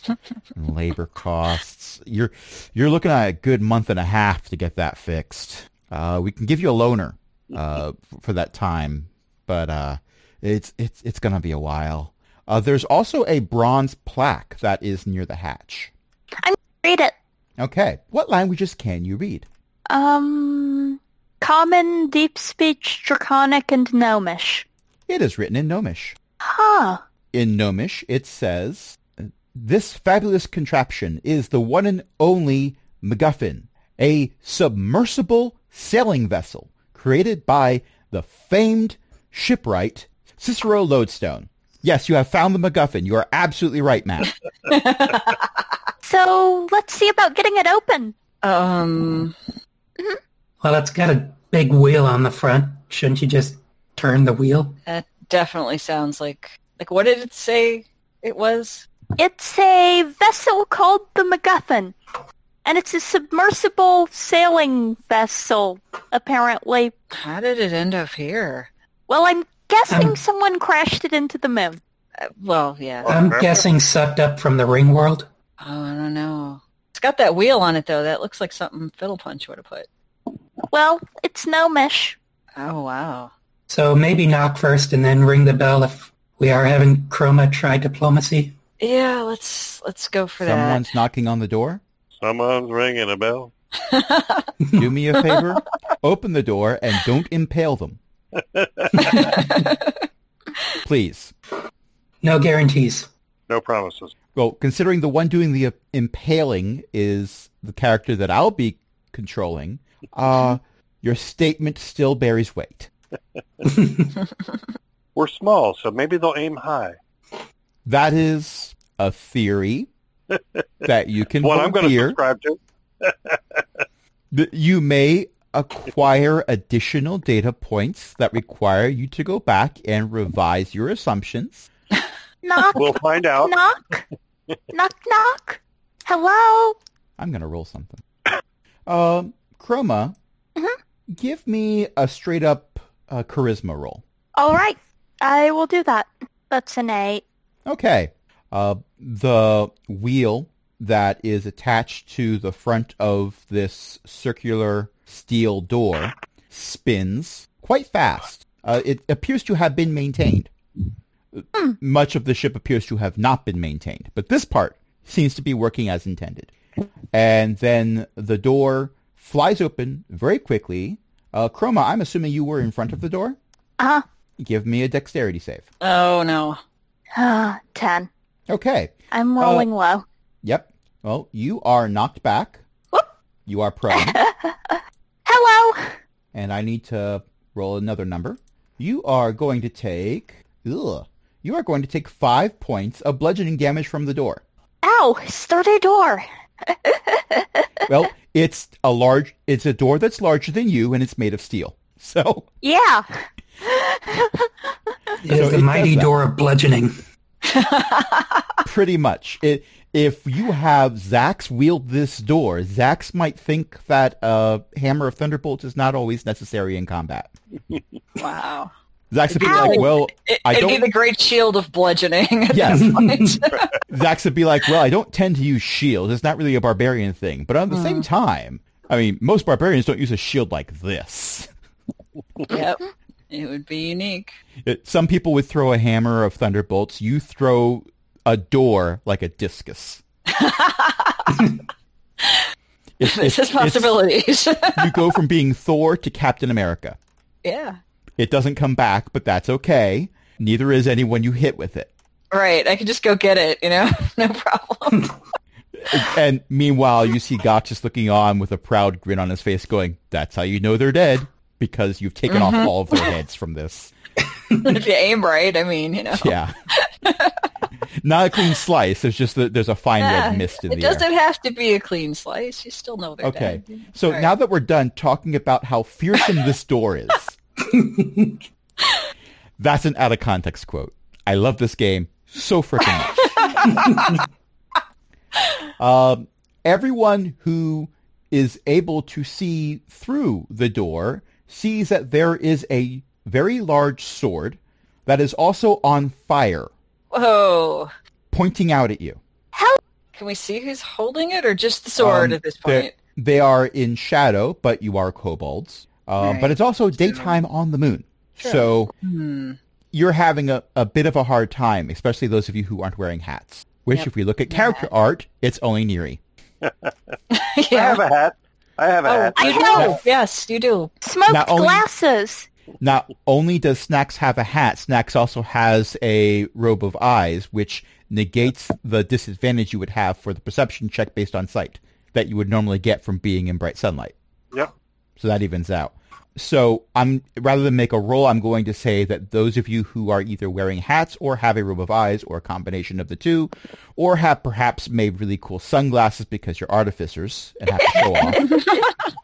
Speaker 1: labor costs. You're you're looking at a good month and a half to get that fixed. Uh, we can give you a loaner uh, f- for that time, but uh, it's it's it's gonna be a while. Uh, there's also a bronze plaque that is near the hatch.
Speaker 3: Read it.
Speaker 1: Okay, what languages can you read?
Speaker 3: Um, common, deep speech, draconic, and gnomish.
Speaker 1: It is written in Gnomish.
Speaker 3: Huh.
Speaker 1: in Gnomish, it says, This fabulous contraption is the one and only MacGuffin, a submersible sailing vessel created by the famed shipwright Cicero Lodestone. Yes, you have found the MacGuffin. You are absolutely right, Matt.
Speaker 3: So let's see about getting it open.
Speaker 2: Um.
Speaker 4: well, it's got a big wheel on the front. Shouldn't you just turn the wheel?
Speaker 2: That definitely sounds like like what did it say it was?
Speaker 3: It's a vessel called the MacGuffin, and it's a submersible sailing vessel, apparently.
Speaker 2: How did it end up here?
Speaker 3: Well, I'm guessing
Speaker 4: Um,
Speaker 3: someone crashed it into the moon.
Speaker 2: Uh, well, yeah.
Speaker 4: I'm
Speaker 5: remember?
Speaker 4: guessing sucked up from the ring world.
Speaker 2: Oh, I don't know. It's got that wheel on it though. That looks like something Fiddle Punch would have put.
Speaker 3: Well, it's gnomish.
Speaker 2: Oh wow.
Speaker 4: So maybe knock first and then ring the bell if we are having chroma try diplomacy.
Speaker 2: Yeah, let's let's go for
Speaker 1: Someone's knocking on the door.
Speaker 5: Someone's ringing a bell.
Speaker 2: that.
Speaker 1: Do me a favor. Open the door and don't impale them, please.
Speaker 4: No guarantees.
Speaker 5: No promises.
Speaker 1: Well, considering the one doing the uh, impaling is the character that I'll be controlling, uh,
Speaker 5: Mm-hmm.
Speaker 1: your statement still bears weight.
Speaker 5: We're small, so maybe they'll aim high.
Speaker 1: That is a theory that you can
Speaker 5: What I'm going to
Speaker 1: volunteer.
Speaker 5: subscribe to.
Speaker 1: Th- You may acquire additional data points that require you to go back and revise your assumptions.
Speaker 3: Knock,
Speaker 5: We'll find out.
Speaker 3: knock, knock, knock. Hello.
Speaker 1: I'm going to roll something. Um, Chroma,
Speaker 3: Mhm.
Speaker 5: Mm-hmm.
Speaker 1: give me a straight up uh, charisma roll.
Speaker 3: All right, I will do that. That's an eight.
Speaker 1: Okay. Uh, the wheel that is attached to the front of this circular steel door spins quite fast. Uh, it appears to have been maintained. Much of the ship appears to have not been maintained, but this part seems to be working as intended. And then the door flies open very quickly. Uh, Chroma, I'm assuming you were in front of the door.
Speaker 3: Uh
Speaker 1: Give me a dexterity save.
Speaker 2: oh no.
Speaker 3: huh. Ah, Ten.
Speaker 1: Okay.
Speaker 3: I'm rolling low.
Speaker 1: Yep. Well, you are knocked back.
Speaker 3: Whoop.
Speaker 1: You are prone,
Speaker 3: Hello.
Speaker 1: and I need to roll another number. You are going to take. Ugh. You are going to take five points of bludgeoning damage from the door.
Speaker 3: Ow! Sturdy door.
Speaker 1: Well, it's a large. It's a door that's larger than you, and it's made of steel. So
Speaker 3: Yeah.
Speaker 4: It is
Speaker 1: So it
Speaker 4: the mighty
Speaker 1: does that.
Speaker 4: door of bludgeoning.
Speaker 1: pretty much, it, if you have Zax wield this door, Zax might think that a hammer of thunderbolts is not always necessary in combat.
Speaker 2: Wow.
Speaker 1: Zax would be
Speaker 3: Ow.
Speaker 1: like, "Well,
Speaker 2: It,
Speaker 1: I
Speaker 2: it'd be
Speaker 1: don't-
Speaker 2: the great shield of bludgeoning.
Speaker 1: Yes.
Speaker 2: It's
Speaker 1: Zax would be like, well, I don't tend to use shields. It's not really a barbarian thing. But at the
Speaker 2: Mm.
Speaker 1: same time, I mean, most barbarians don't use a shield like this.
Speaker 2: like- yep. It would be unique.
Speaker 1: It, some people would throw a hammer of thunderbolts. You throw a door like a discus. It's-
Speaker 2: This
Speaker 1: it's-
Speaker 2: is possibilities.
Speaker 1: it's- You go from being Thor to Captain America.
Speaker 2: yeah.
Speaker 1: It doesn't come back, but that's okay. Neither is anyone you hit with it.
Speaker 2: Right. I could just go get it, you know? no problem.
Speaker 1: And meanwhile, you see Gotch just looking on with a proud grin on his face, going, "That's how you know they're dead because you've taken
Speaker 2: Mm-hmm.
Speaker 1: off all of their heads from this."
Speaker 2: if you aim right, I mean, you know.
Speaker 1: Yeah, not a clean slice. There's just that there's a fine
Speaker 2: Yeah,
Speaker 1: red mist in
Speaker 2: it
Speaker 1: the air.
Speaker 2: doesn't have to be a clean slice. You still know they're
Speaker 1: Okay,
Speaker 2: dead.
Speaker 1: so
Speaker 2: All right.
Speaker 1: now that we're done talking about how fearsome this door is, that's an out of context quote. I love this game so freaking much. Um, everyone who is able to see through the door sees that there is a very large sword that is also on fire,
Speaker 2: Whoa.
Speaker 1: pointing out at you.
Speaker 2: Can we see who's holding it or just the sword
Speaker 1: Um,
Speaker 2: at this
Speaker 1: they're-
Speaker 2: point?
Speaker 1: They are in shadow, but you are kobolds. Uh,
Speaker 2: Right.
Speaker 1: But it's also daytime on the moon. So
Speaker 2: Hmm.
Speaker 1: you're having a, a bit of a hard time, especially those of you who aren't wearing hats. Which,
Speaker 2: Yep.
Speaker 1: if we look at
Speaker 2: No
Speaker 1: character
Speaker 2: hat.
Speaker 1: art, it's only Neri.
Speaker 5: I have
Speaker 2: yeah.
Speaker 5: a hat. I have a
Speaker 2: Oh,
Speaker 5: hat.
Speaker 2: you
Speaker 3: I
Speaker 2: do.
Speaker 3: know.
Speaker 2: Yes, you do.
Speaker 3: Smoked
Speaker 1: Not only-
Speaker 3: glasses.
Speaker 1: Not only does Snacks have a hat, Snacks also has a robe of eyes, which negates the disadvantage you would have for the perception check based on sight that you would normally get from being in bright sunlight.
Speaker 5: Yep.
Speaker 1: So that evens out. So I'm rather than make a roll, I'm going to say that those of you who are either wearing hats or have a robe of eyes or a combination of the two, or have perhaps made really cool sunglasses because you're artificers and have to show off.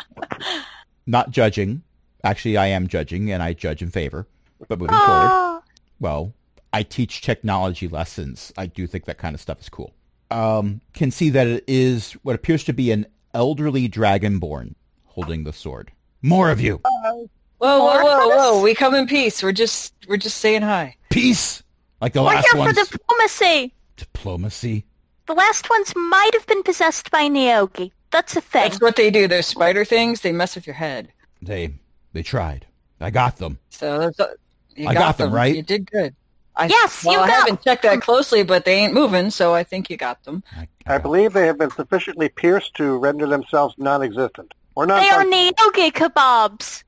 Speaker 1: Not judging. Actually, I am judging, and I judge in favor. But moving forward,
Speaker 3: Oh,
Speaker 1: well, I teach technology lessons. I do think that kind of stuff is cool. Um, can see that it is what appears to be an elderly dragonborn holding the sword. More of you.
Speaker 2: Whoa, whoa, whoa,
Speaker 3: Or for
Speaker 2: whoa!
Speaker 3: this-
Speaker 2: We come in peace. We're just we're just saying hi.
Speaker 1: Peace. Like the
Speaker 3: we're
Speaker 1: last
Speaker 3: here
Speaker 1: one's
Speaker 3: for diplomacy.
Speaker 1: diplomacy.
Speaker 3: The last ones might have been possessed by Neogi. That's a thing.
Speaker 2: That's what they do. They're spider things. They mess with your head.
Speaker 1: They they tried. I got them.
Speaker 2: So that's- you
Speaker 1: I got them, right?
Speaker 2: You did good. I,
Speaker 3: Yes,
Speaker 2: well,
Speaker 3: you
Speaker 2: I
Speaker 3: got-
Speaker 2: haven't checked that closely, but they ain't moving, so I think you got them.
Speaker 5: I believe they have been sufficiently pierced to render themselves non-existent. Or not.
Speaker 3: They are Nyogi kebabs.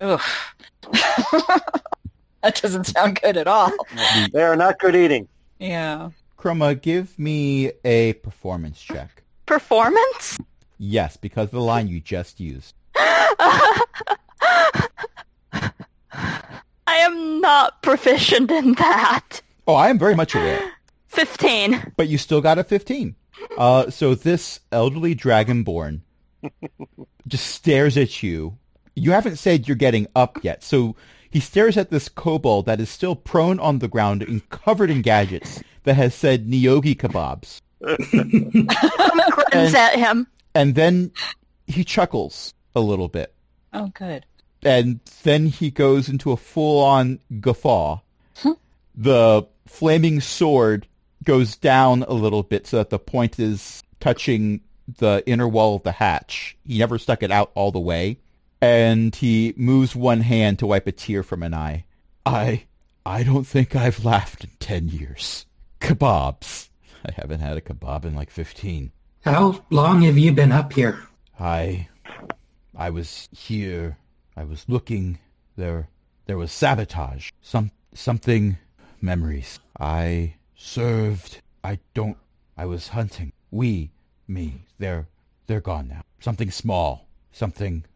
Speaker 2: Ugh. that doesn't sound good at all.
Speaker 5: they are not good eating.
Speaker 2: Yeah.
Speaker 1: Chroma, give me a performance check.
Speaker 3: Performance?
Speaker 1: Yes, because of the line you just used.
Speaker 3: I am not proficient in that.
Speaker 1: Oh, I am very much aware.
Speaker 3: 15.
Speaker 1: but you still got a 15. Uh, so this elderly dragonborn just stares at you. You haven't said you're getting up yet, so he stares at this kobold that is still prone on the ground and covered in gadgets that has said Nyogi kebabs.
Speaker 3: Grins at him.
Speaker 1: And then he chuckles a little bit.
Speaker 2: Oh, good.
Speaker 1: And then he goes into a full-on guffaw. The flaming sword goes down a little bit so that the point is touching the inner wall of the hatch. He never stuck it out all the way. And he moves one hand to wipe a tear from an eye. I I don't think I've laughed in ten years. Kebabs. I haven't had a kebab in like fifteen.
Speaker 4: How long have you been up here?
Speaker 1: I I was here. I was looking there there was sabotage. Some something memories. I served. I don't I was hunting. We me. They're they're gone now. Something small. Something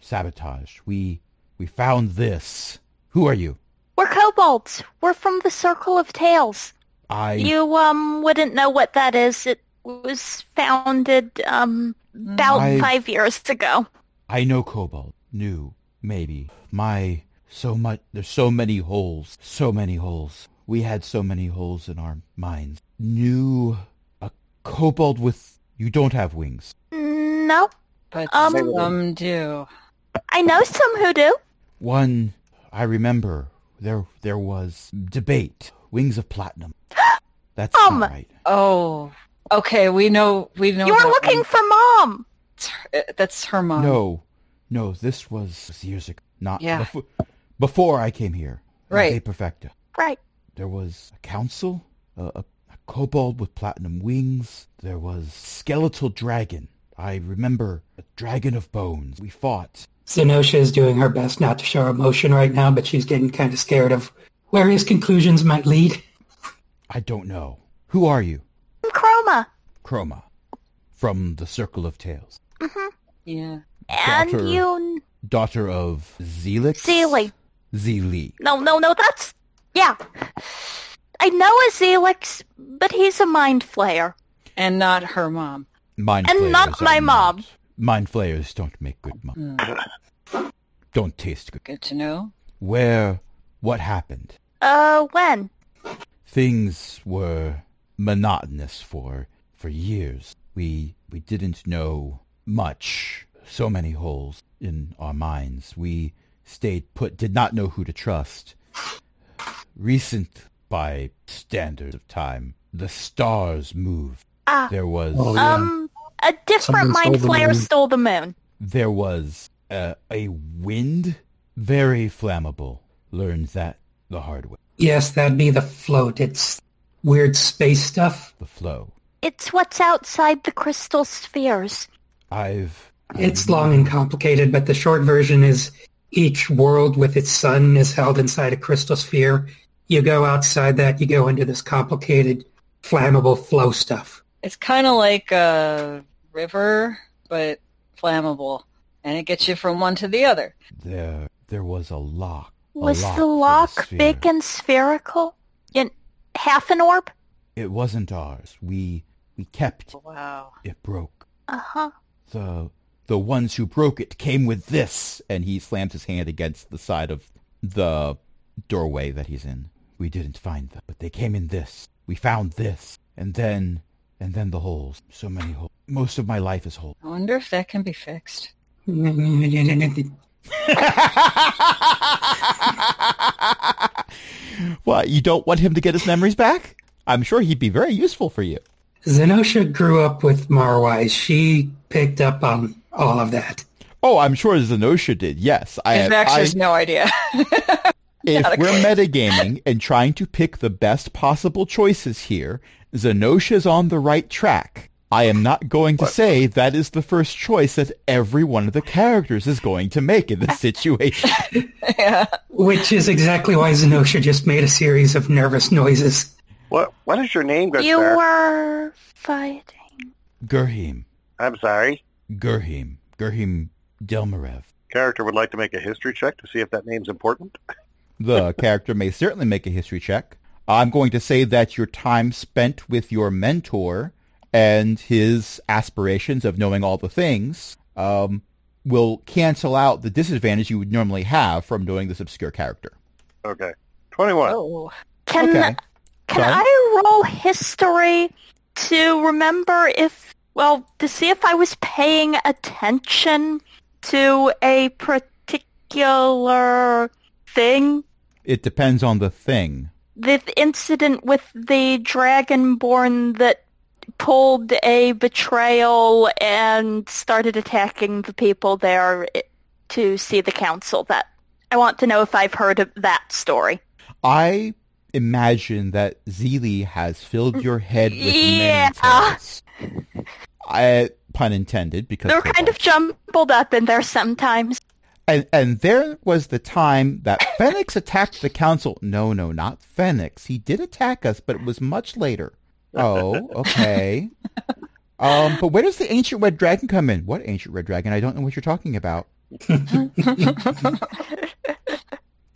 Speaker 1: sabotaged. We we found this. Who are you?
Speaker 3: We're kobolds. We're from the Circle of Tales.
Speaker 1: I
Speaker 3: You um wouldn't know what that is. It was founded um about
Speaker 6: Mm,
Speaker 1: I-
Speaker 3: five years ago.
Speaker 1: I know Cobalt. New, maybe. My, so much, there's so many holes. So many holes. We had so many holes in our minds. New, a Cobalt with, you don't have wings.
Speaker 3: No,
Speaker 2: But
Speaker 3: Um,
Speaker 2: some do.
Speaker 3: I know some who do.
Speaker 1: One, I remember, there, there was debate. Wings of platinum. That's
Speaker 3: Um,
Speaker 1: not right.
Speaker 2: Oh, okay. We know. We know.
Speaker 3: you were
Speaker 2: that
Speaker 3: looking
Speaker 2: one.
Speaker 3: for mom.
Speaker 2: That's her- that's her mom.
Speaker 1: No, no, this was years ago. Not,
Speaker 2: Yeah.
Speaker 1: befo- before I came here.
Speaker 2: Right.
Speaker 1: De Perfecta.
Speaker 3: Right.
Speaker 1: There was a council, a, a, a kobold with platinum wings. There was skeletal dragon. I remember a dragon of bones. We fought.
Speaker 4: Zenosha is doing her best not to show emotion right now, but she's getting kind of scared of where his conclusions might lead.
Speaker 1: I don't know. Who are you?
Speaker 3: I'm Chroma.
Speaker 1: Chroma. From the Circle of Tales.
Speaker 2: Yeah.
Speaker 3: And
Speaker 1: Daughter.
Speaker 3: you
Speaker 1: Daughter of Zelix?
Speaker 3: Zeelix.
Speaker 1: Zeli.
Speaker 3: No, no, no, that's yeah. I know a Zelix, but he's a mind flayer.
Speaker 2: And not her mom.
Speaker 1: Mind
Speaker 3: And
Speaker 1: flayers
Speaker 3: not
Speaker 1: are
Speaker 3: my mom.
Speaker 1: Mind flayers don't make good mom. Don't taste good.
Speaker 2: Good to know.
Speaker 1: Where? What happened?
Speaker 3: Uh, when?
Speaker 1: things were monotonous for for years. We we didn't know much. So many holes in our minds. We stayed put, did not know who to trust. Recent by standards of time, the stars moved.
Speaker 3: Ah,
Speaker 1: There was
Speaker 6: Oh, yeah.
Speaker 3: um, a different
Speaker 6: Someone
Speaker 3: mind
Speaker 6: stole the
Speaker 3: flayer
Speaker 6: moon.
Speaker 3: stole the moon.
Speaker 1: there was a, a wind, very flammable. Learned that the hard way.
Speaker 4: Yes, that'd be the float. It's weird space stuff.
Speaker 1: The flow.
Speaker 3: It's what's outside the crystal spheres.
Speaker 1: I've
Speaker 4: It's long and complicated, but the short version is each world with its sun is held inside a crystal sphere. You go outside that, you go into this complicated, flammable flow stuff.
Speaker 2: It's kind of like a river, but flammable, and it gets you from one to the other.
Speaker 1: there there was a lock. a
Speaker 3: Was
Speaker 1: lock
Speaker 3: the
Speaker 1: for
Speaker 3: lock
Speaker 1: sphere.
Speaker 3: big and spherical? In half an orb?
Speaker 1: It wasn't ours. We we kept it.
Speaker 2: Wow.
Speaker 1: it broke.
Speaker 3: Uh huh.
Speaker 1: The the ones who broke it came with this and he slams his hand against the side of the doorway that he's in. We didn't find them, but they came in this. We found this. And then and then the holes. So many holes. Most of my life is holes.
Speaker 2: I wonder if that can be fixed.
Speaker 1: what, you don't want him to get his memories back? I'm sure he'd be very useful for you.
Speaker 4: Zenosha grew up with Marwise. She picked up on all of that.
Speaker 1: Oh, I'm sure Zenosha did. Yes, I,
Speaker 2: His
Speaker 1: I
Speaker 2: has no idea.
Speaker 1: If
Speaker 2: Not a
Speaker 1: we're
Speaker 2: clue.
Speaker 1: metagaming and trying to pick the best possible choices here, Zenosha's on the right track. I am not going to say that is the first choice that every one of the characters is going to make in this situation.
Speaker 2: yeah.
Speaker 4: Which is exactly why Zenosha just made a series of nervous noises.
Speaker 5: What What is your name, good
Speaker 3: you
Speaker 5: sir?
Speaker 3: were fighting.
Speaker 1: Gerhim,
Speaker 5: I'm sorry.
Speaker 1: Gerhim, Gerhim Delmarev.
Speaker 5: Character would like to make a history check to see if that name's important.
Speaker 1: The character may certainly make a history check. I'm going to say that your time spent with your mentor and his aspirations of knowing all the things um, will cancel out the disadvantage you would normally have from knowing this obscure character.
Speaker 5: Okay. 21.
Speaker 2: Oh.
Speaker 3: Can
Speaker 1: Okay.
Speaker 3: can
Speaker 1: Sorry?
Speaker 3: I roll history to remember if well to see if I was paying attention to a particular thing?
Speaker 1: It depends on the thing.
Speaker 3: The incident with the dragonborn that pulled a betrayal and started attacking the people there i- to see the council. That I want to know if I've heard of that story.
Speaker 1: I imagine that Zeely has filled your head with
Speaker 3: Yeah.
Speaker 1: many tales. I, pun intended, because
Speaker 3: They're kind of jumbled up in there sometimes.
Speaker 1: And and there was the time that Fenix attacked the council. No, no, not Fenix. He did attack us, but it was much later. Oh, okay. Um, but where does the ancient red dragon come in? What ancient red dragon? I don't know what you're talking about.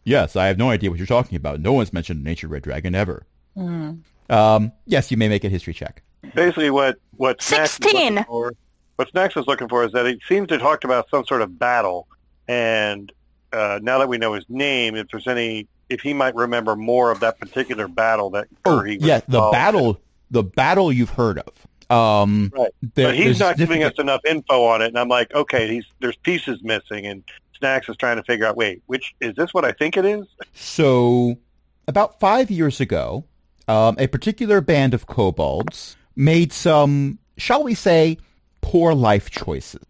Speaker 1: yes, I have no idea what you're talking about. No one's mentioned an ancient red dragon ever.
Speaker 2: Hmm.
Speaker 1: Um, yes, you may make a history check.
Speaker 5: Basically, what, what Snacks is looking
Speaker 3: 16.
Speaker 5: for, what Snacks is looking for is that he seems to talked about some sort of battle, and uh, now that we know his name, if there's any, if he might remember more of that particular battle that
Speaker 1: Oh,
Speaker 5: he was
Speaker 1: yeah, the
Speaker 5: involved in.
Speaker 1: battle, the battle you've heard of. Um,
Speaker 5: Right.
Speaker 1: there-
Speaker 5: but he's
Speaker 1: there's
Speaker 5: not giving
Speaker 1: significant-
Speaker 5: us enough info on it, and I'm like, okay, he's, there's pieces missing, and Snacks is trying to figure out, wait, which is this what I think it is?
Speaker 1: So, about five years ago, um, a particular band of kobolds made some, shall we say, poor life choices.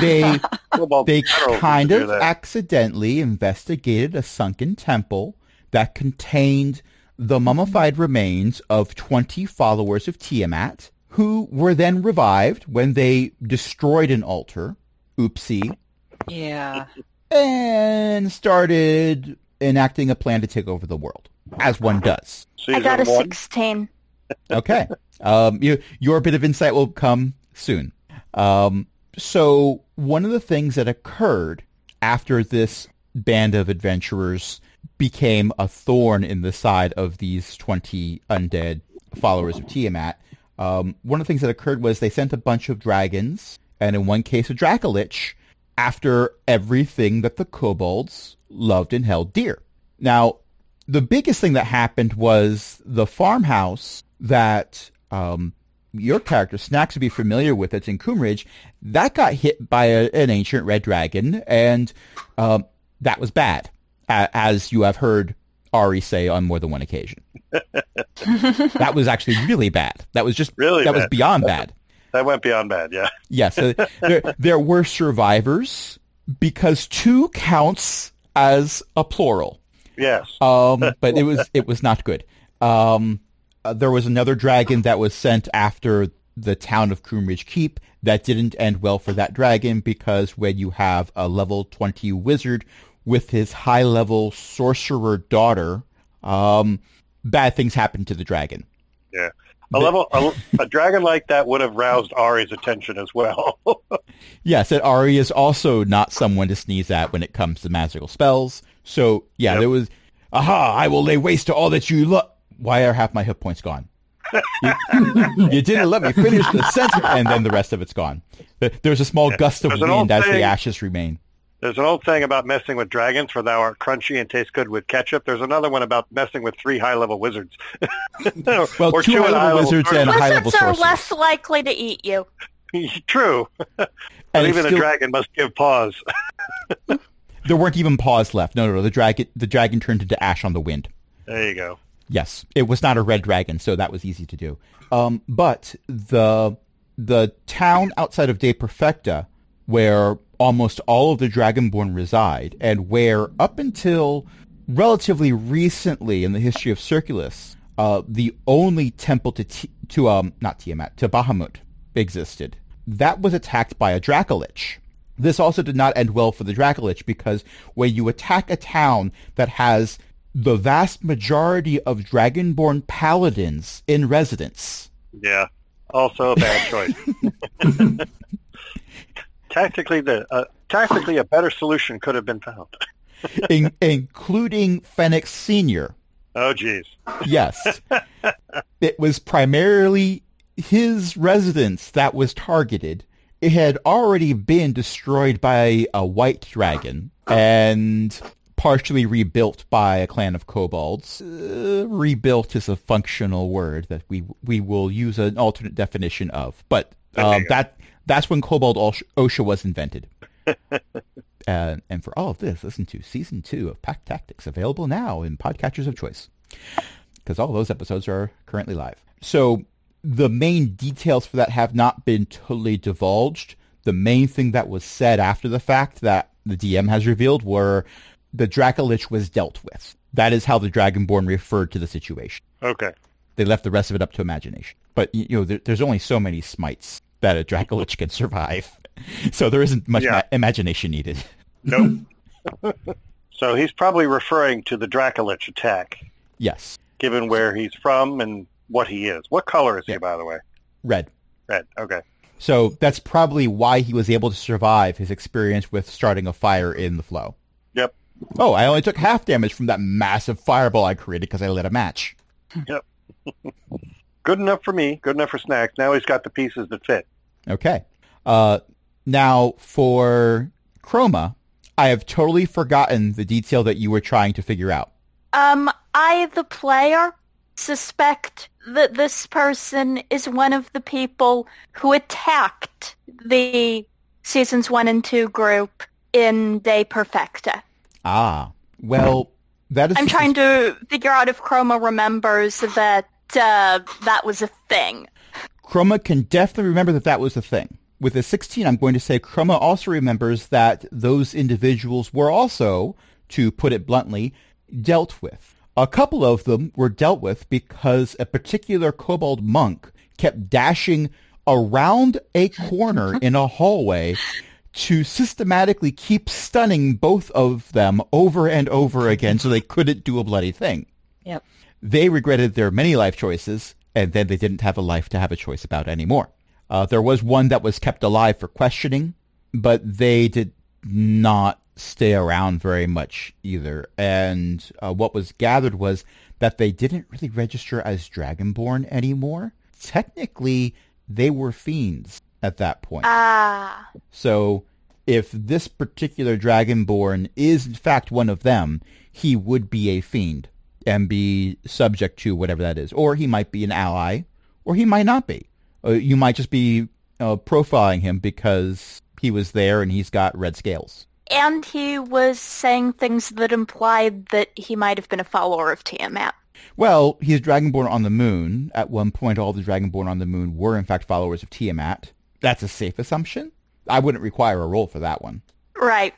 Speaker 1: they
Speaker 5: Well,
Speaker 1: they
Speaker 5: generals
Speaker 1: kind
Speaker 5: do
Speaker 1: of
Speaker 5: that.
Speaker 1: accidentally investigated a sunken temple that contained the mummified remains of 20 followers of Tiamat, who were then revived when they destroyed an altar. Oopsie
Speaker 2: Yeah.
Speaker 1: and started enacting a plan to take over the world, as one does.
Speaker 5: Season
Speaker 3: I got a
Speaker 5: one.
Speaker 3: 16.
Speaker 1: Okay. um, you, your bit of insight will come soon. Um, so one of the things that occurred after this band of adventurers became a thorn in the side of these 20 undead followers of Tiamat, um, one of the things that occurred was they sent a bunch of dragons, and in one case a Dracolich, after everything that the kobolds loved and held dear. Now, the biggest thing that happened was the farmhouse that um, your character Snacks would be familiar with. That's in Coomridge. That got hit by a, an ancient red dragon, and um, that was bad, a- as you have heard Ari say on more than one occasion. that was actually really bad. That was just
Speaker 5: Really
Speaker 1: that was
Speaker 5: bad.
Speaker 1: beyond bad.
Speaker 5: That went beyond bad, yeah.
Speaker 1: Yes, uh, there, there were survivors because two counts as a plural.
Speaker 5: Yes.
Speaker 1: Um, but it was it was not good. Um, uh, there was another dragon that was sent after the town of Coomridge Keep that didn't end well for that dragon because when you have a level twenty wizard with his high level sorcerer daughter, um, bad things happen to the dragon.
Speaker 5: A level a, a dragon like that would have roused Ari's attention as well.
Speaker 1: Yes, and Ari is also not someone to sneeze at when it comes to magical spells. So yeah,
Speaker 5: Yep.
Speaker 1: there was, aha! I will lay waste to all that you love. Why are half my hit points gone? You, you didn't let me finish the sentence, and then the rest of it's gone. There- There's a small gust of
Speaker 5: There's an old
Speaker 1: wind as the
Speaker 5: saying-
Speaker 1: ashes remain.
Speaker 5: There's an old saying about messing with dragons, for thou art crunchy and taste good with ketchup. There's another one about messing with three high-level wizards.
Speaker 1: Well,
Speaker 5: Or
Speaker 1: two high-level
Speaker 5: chewing high-level
Speaker 1: wizards and a high-level
Speaker 3: Lizards are
Speaker 1: sorcerer.
Speaker 3: less likely to eat you.
Speaker 5: True, but
Speaker 1: And it's
Speaker 5: even a
Speaker 1: still-
Speaker 5: dragon must give pause.
Speaker 1: there weren't even paws left. No, no, no. The dragon, the dragon turned into ash on the wind.
Speaker 5: There you go.
Speaker 1: Yes, it was not a red dragon, so that was easy to do. Um, but the the town outside of De Perfecta, where almost all of the Dragonborn reside, and where up until relatively recently in the history of Circulus, uh, the only temple to T- to um not Tiamat to Bahamut existed. That was attacked by a Dracolich. This also did not end well for the Dracolich because when you attack a town that has the vast majority of Dragonborn paladins in residence,
Speaker 5: Yeah. Also a bad choice. tactically, the uh, tactically a better solution could have been found.
Speaker 1: in, including Fenix Senior,
Speaker 5: Oh, geez.
Speaker 1: yes. it was primarily his residence that was targeted. It had already been destroyed by a white dragon and partially rebuilt by a clan of kobolds. Uh, rebuilt is a functional word that we we will use an alternate definition of, but uh, that that's when kobold Osh- OSHA was invented. Uh, and for all of this, listen to season two of Pack Tactics, available now in podcatchers of choice, because all those episodes are currently live. So the main details for that have not been totally divulged. The main thing that was said after the fact that the DM has revealed were the Dracolich was dealt with. That is how the Dragonborn referred to the situation.
Speaker 5: Okay.
Speaker 1: They left the rest of it up to imagination. But y- you know, there, there's only so many smites that a Dracolich can survive, so there isn't much
Speaker 5: Yeah.
Speaker 1: ma- imagination needed.
Speaker 5: Nope. so he's probably referring to the Dracolich attack,
Speaker 1: Yes.
Speaker 5: given where he's from and what he is. What color is
Speaker 1: Yeah.
Speaker 5: he, by the way?
Speaker 1: Red.
Speaker 5: Red. Okay.
Speaker 1: So that's probably why he was able to survive his experience with starting a fire in the flow.
Speaker 5: Yep.
Speaker 1: Oh, I only took half damage from that massive fireball I created because I lit a match.
Speaker 5: Good enough for me. Good enough for snacks. Now he's got the pieces that fit.
Speaker 1: Okay. Uh, now for Chroma, I have totally forgotten the detail that you were trying to figure out.
Speaker 3: Um, I, the player, suspect that this person is one of the people who attacked the seasons one and two group in De Perfecta.
Speaker 1: Ah, well, that is.
Speaker 3: I'm trying to figure out if Chroma remembers that uh, that was a thing.
Speaker 1: Chroma can definitely remember that that was the thing. With a 16, I'm going to say Chroma also remembers that those individuals were also, to put it bluntly, dealt with. A couple of them were dealt with because a particular kobold monk kept dashing around a corner in a hallway to systematically keep stunning both of them over and over again so they couldn't do a bloody thing
Speaker 2: Yep.
Speaker 1: they regretted their many life choices, and then they didn't have a life to have a choice about anymore. Uh, there was one that was kept alive for questioning, but they did not stay around very much either. And uh, what was gathered was that they didn't really register as Dragonborn anymore. Technically, they were fiends at that point.
Speaker 3: Ah,
Speaker 1: So if this particular Dragonborn is in fact one of them, he would be a fiend and be subject to whatever that is. Or he might be an ally, or he might not be. Uh, you might just be uh, profiling him because he was there and he's got red scales.
Speaker 3: and he was saying things that implied that he might have been a follower of Tiamat.
Speaker 1: Well, he's Dragonborn on the moon. At one point, all the Dragonborn on the moon were in fact followers of Tiamat. That's a safe assumption. I wouldn't require a roll for that one.
Speaker 3: Right.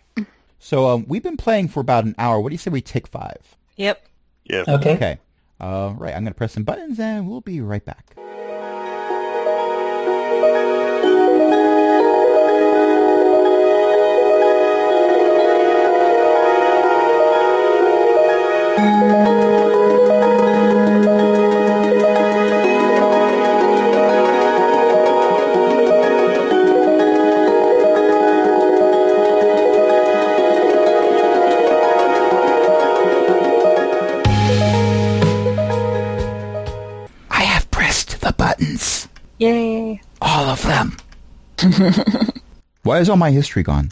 Speaker 1: So um, we've been playing for about an hour. What do you say we take five?
Speaker 2: Yep.
Speaker 5: Yeah.
Speaker 4: Okay.
Speaker 1: Okay. Uh, right, I'm going to press some buttons and we'll be right back. I have pressed the buttons.
Speaker 2: Yay.
Speaker 1: All of them. Why is all my history gone?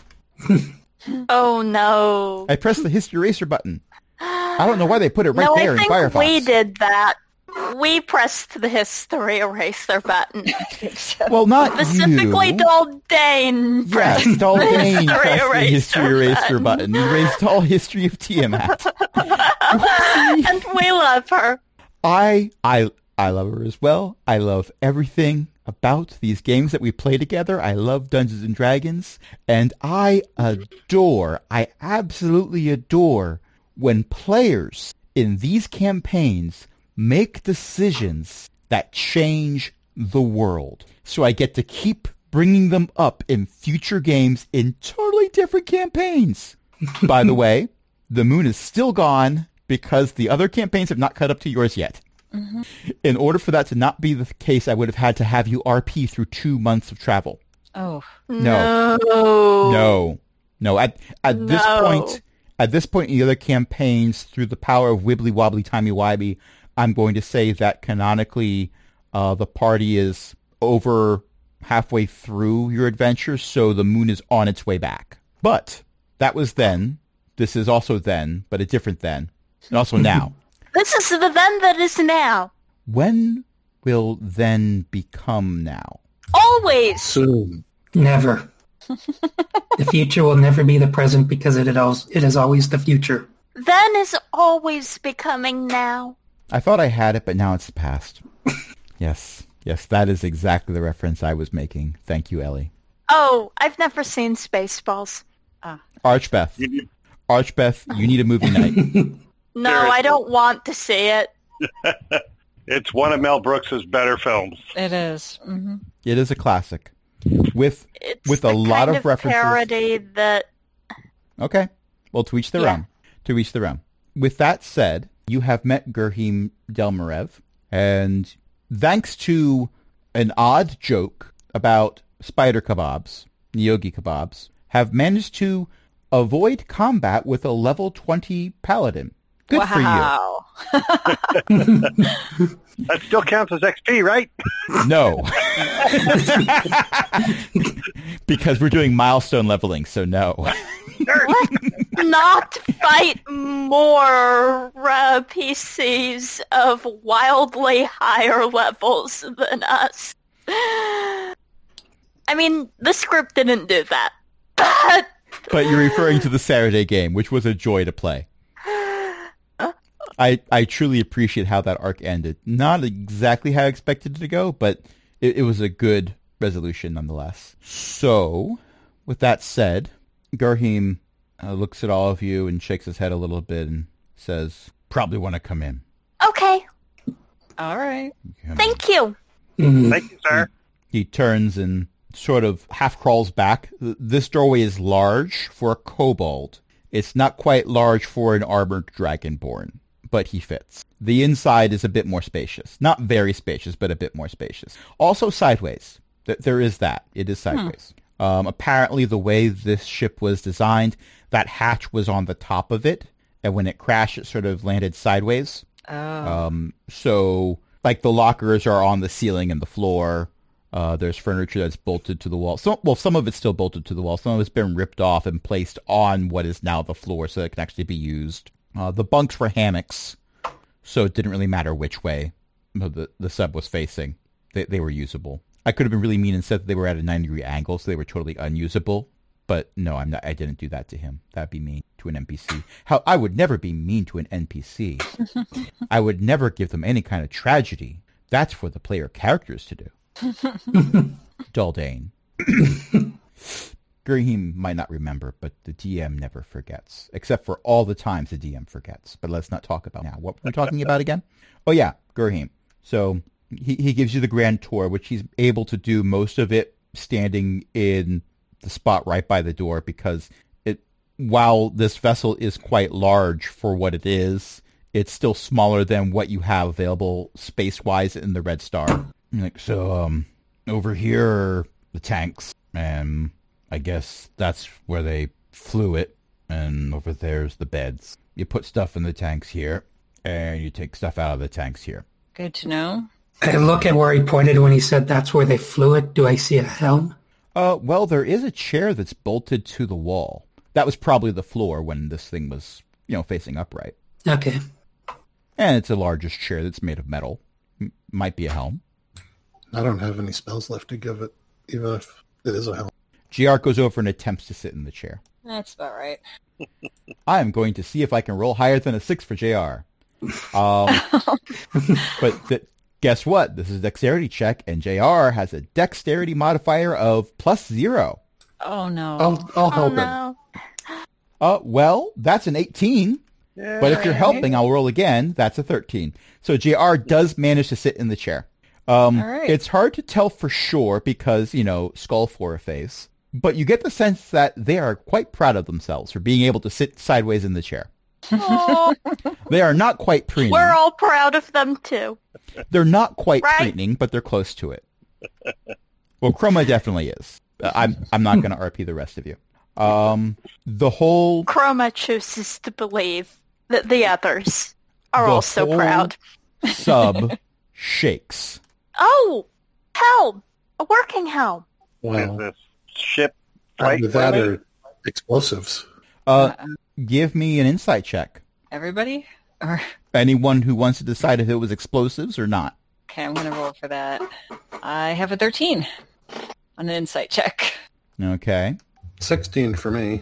Speaker 3: Oh no.
Speaker 1: I pressed the history eraser button. I don't know why they put it right
Speaker 3: no,
Speaker 1: there
Speaker 3: I
Speaker 1: in
Speaker 3: think
Speaker 1: Firefox.
Speaker 3: we did that. We pressed the history eraser button.
Speaker 1: Well, not
Speaker 3: Specifically,
Speaker 1: you.
Speaker 3: Daldane pressed.
Speaker 1: Yes, Doll Dane
Speaker 3: history
Speaker 1: pressed the history
Speaker 3: eraser
Speaker 1: eraser button. Erased all history of Tiamat.
Speaker 3: and we love her.
Speaker 1: I I I love her as well. I love everything about these games that we play together. I love Dungeons and Dragons and I adore, I absolutely adore when players in these campaigns make decisions that change the world. So I get to keep bringing them up in future games in totally different campaigns. By the way, the moon is still gone because the other campaigns have not caught up to yours yet. In order for that to not be the case, I would have had to have you RP through two months of travel.
Speaker 2: Oh,
Speaker 1: No.
Speaker 3: No.
Speaker 1: No, no. At at this
Speaker 3: No.
Speaker 1: point, at this point in the other campaigns, through the power of wibbly wobbly timey wimey, I'm going to say that canonically, uh, the party is over halfway through your adventure, so the moon is on its way back. But that was then. This is also then, but a different then, and also now.
Speaker 3: This is the then that is now.
Speaker 1: When will then become now?
Speaker 3: Always.
Speaker 6: Soon.
Speaker 4: Never. the future will never be the present because it, it, al- it is always the future.
Speaker 3: Then is always becoming now.
Speaker 1: I thought I had it, but now it's the past. yes, yes, that is exactly the reference I was making. Thank you, Ellie.
Speaker 3: Oh, I've never seen Spaceballs.
Speaker 1: Archbeth,
Speaker 5: You-
Speaker 1: Archbeth, you need a movie night.
Speaker 3: No,
Speaker 5: Seriously.
Speaker 3: I don't want to see it.
Speaker 5: It's one of Mel Brooks's better films.
Speaker 2: it is. Mhm.
Speaker 1: It is a classic. With
Speaker 3: It's
Speaker 1: With
Speaker 3: the
Speaker 1: a lot
Speaker 3: kind
Speaker 1: of
Speaker 3: of,
Speaker 1: references.
Speaker 3: parody that
Speaker 1: okay, well, to each their
Speaker 3: Yeah.
Speaker 1: own. To each their own. With that said, you have met Gerhim Delmarev, and thanks to an odd joke about spider kebabs, Nyogi kebabs, have managed to avoid combat with a level twenty paladin. Good for you.
Speaker 2: wow.
Speaker 5: That still counts as XP, right?
Speaker 6: Mm-hmm.
Speaker 1: No. because we're doing milestone leveling, so no.
Speaker 3: not fight more uh, PCs of wildly higher levels than us. I mean, this group didn't do that, but
Speaker 1: But you're referring to the Saturday game, which was a joy to play. I I truly appreciate how that arc ended. Not exactly how I expected it to go, but it, it was a good resolution nonetheless. So, with that said, Garhim uh, looks at all of you and shakes his head a little bit and says, "Probably want to come in."
Speaker 3: okay,
Speaker 2: All right.
Speaker 1: Come in.
Speaker 3: thank you.
Speaker 4: Mm,
Speaker 5: Thank you, sir.
Speaker 1: He turns and sort of half crawls back. Th- This doorway is large for a kobold. It's not quite large for an armored dragonborn, but he fits. The inside is a bit more spacious. Not very spacious, but a bit more spacious. Also sideways. Th- There is that. It is sideways. Um, apparently, the way this ship was designed, that hatch was on the top of it, and when it crashed, it sort of landed sideways.
Speaker 2: Oh,
Speaker 1: Um, so like the lockers are on the ceiling and the floor. Uh, there's furniture that's bolted to the wall. So, well, some of it's still bolted to the wall. Some of it's been ripped off and placed on what is now the floor so that it can actually be used. Uh, the bunks were hammocks, so it didn't really matter which way the, the sub was facing. They, they were usable. I could have been really mean and said that they were at a 90 degree angle, so they were totally unusable. But no, I'm not. I didn't do that to him. That'd be mean to an NPC. How I would never be mean to an NPC. I would never give them any kind of tragedy. That's for the player characters to do. Daldane. Graham might not remember, but the DM never forgets, except for all the times the DM forgets. But let's not talk about now. What we're talking about again? Oh yeah, Graham. So he, he gives you the grand tour, which he's able to do most of it standing in the spot right by the door because it while this vessel is quite large for what it is, it's still smaller than what you have available space wise in the Red Star. Like so, um, over here are the tanks, and I guess that's where they flew it. And over there's the beds. You put stuff in the tanks here, and you take stuff out of the tanks here.
Speaker 2: good to know.
Speaker 4: I look at where he pointed when he said that's where they flew it. Do I see a helm?
Speaker 1: Uh, well, there is a chair that's bolted to the wall. That was probably the floor when this thing was, you know, facing upright.
Speaker 4: Okay.
Speaker 1: And it's a largest chair that's made of metal. M- might be a helm.
Speaker 6: I don't have any spells left to give it, even if it is a help.
Speaker 1: GR goes over and attempts to sit in the chair.
Speaker 2: That's about right.
Speaker 1: I am going to see if I can roll higher than a six for JR. Um, but th- guess what? This is a dexterity check, and JR has a dexterity modifier of plus zero.
Speaker 2: Oh no.
Speaker 6: I'll I'll
Speaker 3: Oh
Speaker 6: help him.
Speaker 3: no,
Speaker 1: Uh, well, that's an 18.
Speaker 6: Mm-hmm.
Speaker 5: Yeah.
Speaker 1: But if you're helping, I'll roll again. That's a 13. So JR does manage to sit in the chair. Um,
Speaker 2: All right.
Speaker 1: It's hard to tell for sure because, you know, skull for a face. But you get the sense that they are quite proud of themselves for being able to sit sideways in the chair.
Speaker 3: Oh,
Speaker 1: They are not quite preening.
Speaker 3: we're all proud of them too.
Speaker 1: They're not quite
Speaker 3: Right.
Speaker 1: preening, but they're close to it. Well, Chroma definitely is. Uh, I'm I'm not going to RP the rest of you. Um, the whole
Speaker 3: Chroma chooses to believe that the others are
Speaker 1: The
Speaker 3: also
Speaker 1: whole-
Speaker 3: proud.
Speaker 1: sub shakes.
Speaker 3: Oh, helm! A working helm.
Speaker 5: Is
Speaker 6: Wow.
Speaker 5: this ship flight
Speaker 6: Either that uh,
Speaker 5: planning?
Speaker 6: or explosives.
Speaker 1: Uh, give me an insight check.
Speaker 2: Everybody? Or,
Speaker 1: Anyone who wants to decide if it was explosives or not.
Speaker 2: okay, I'm going to roll for that. I have a 13 on an insight check.
Speaker 1: Okay.
Speaker 6: 16 for me.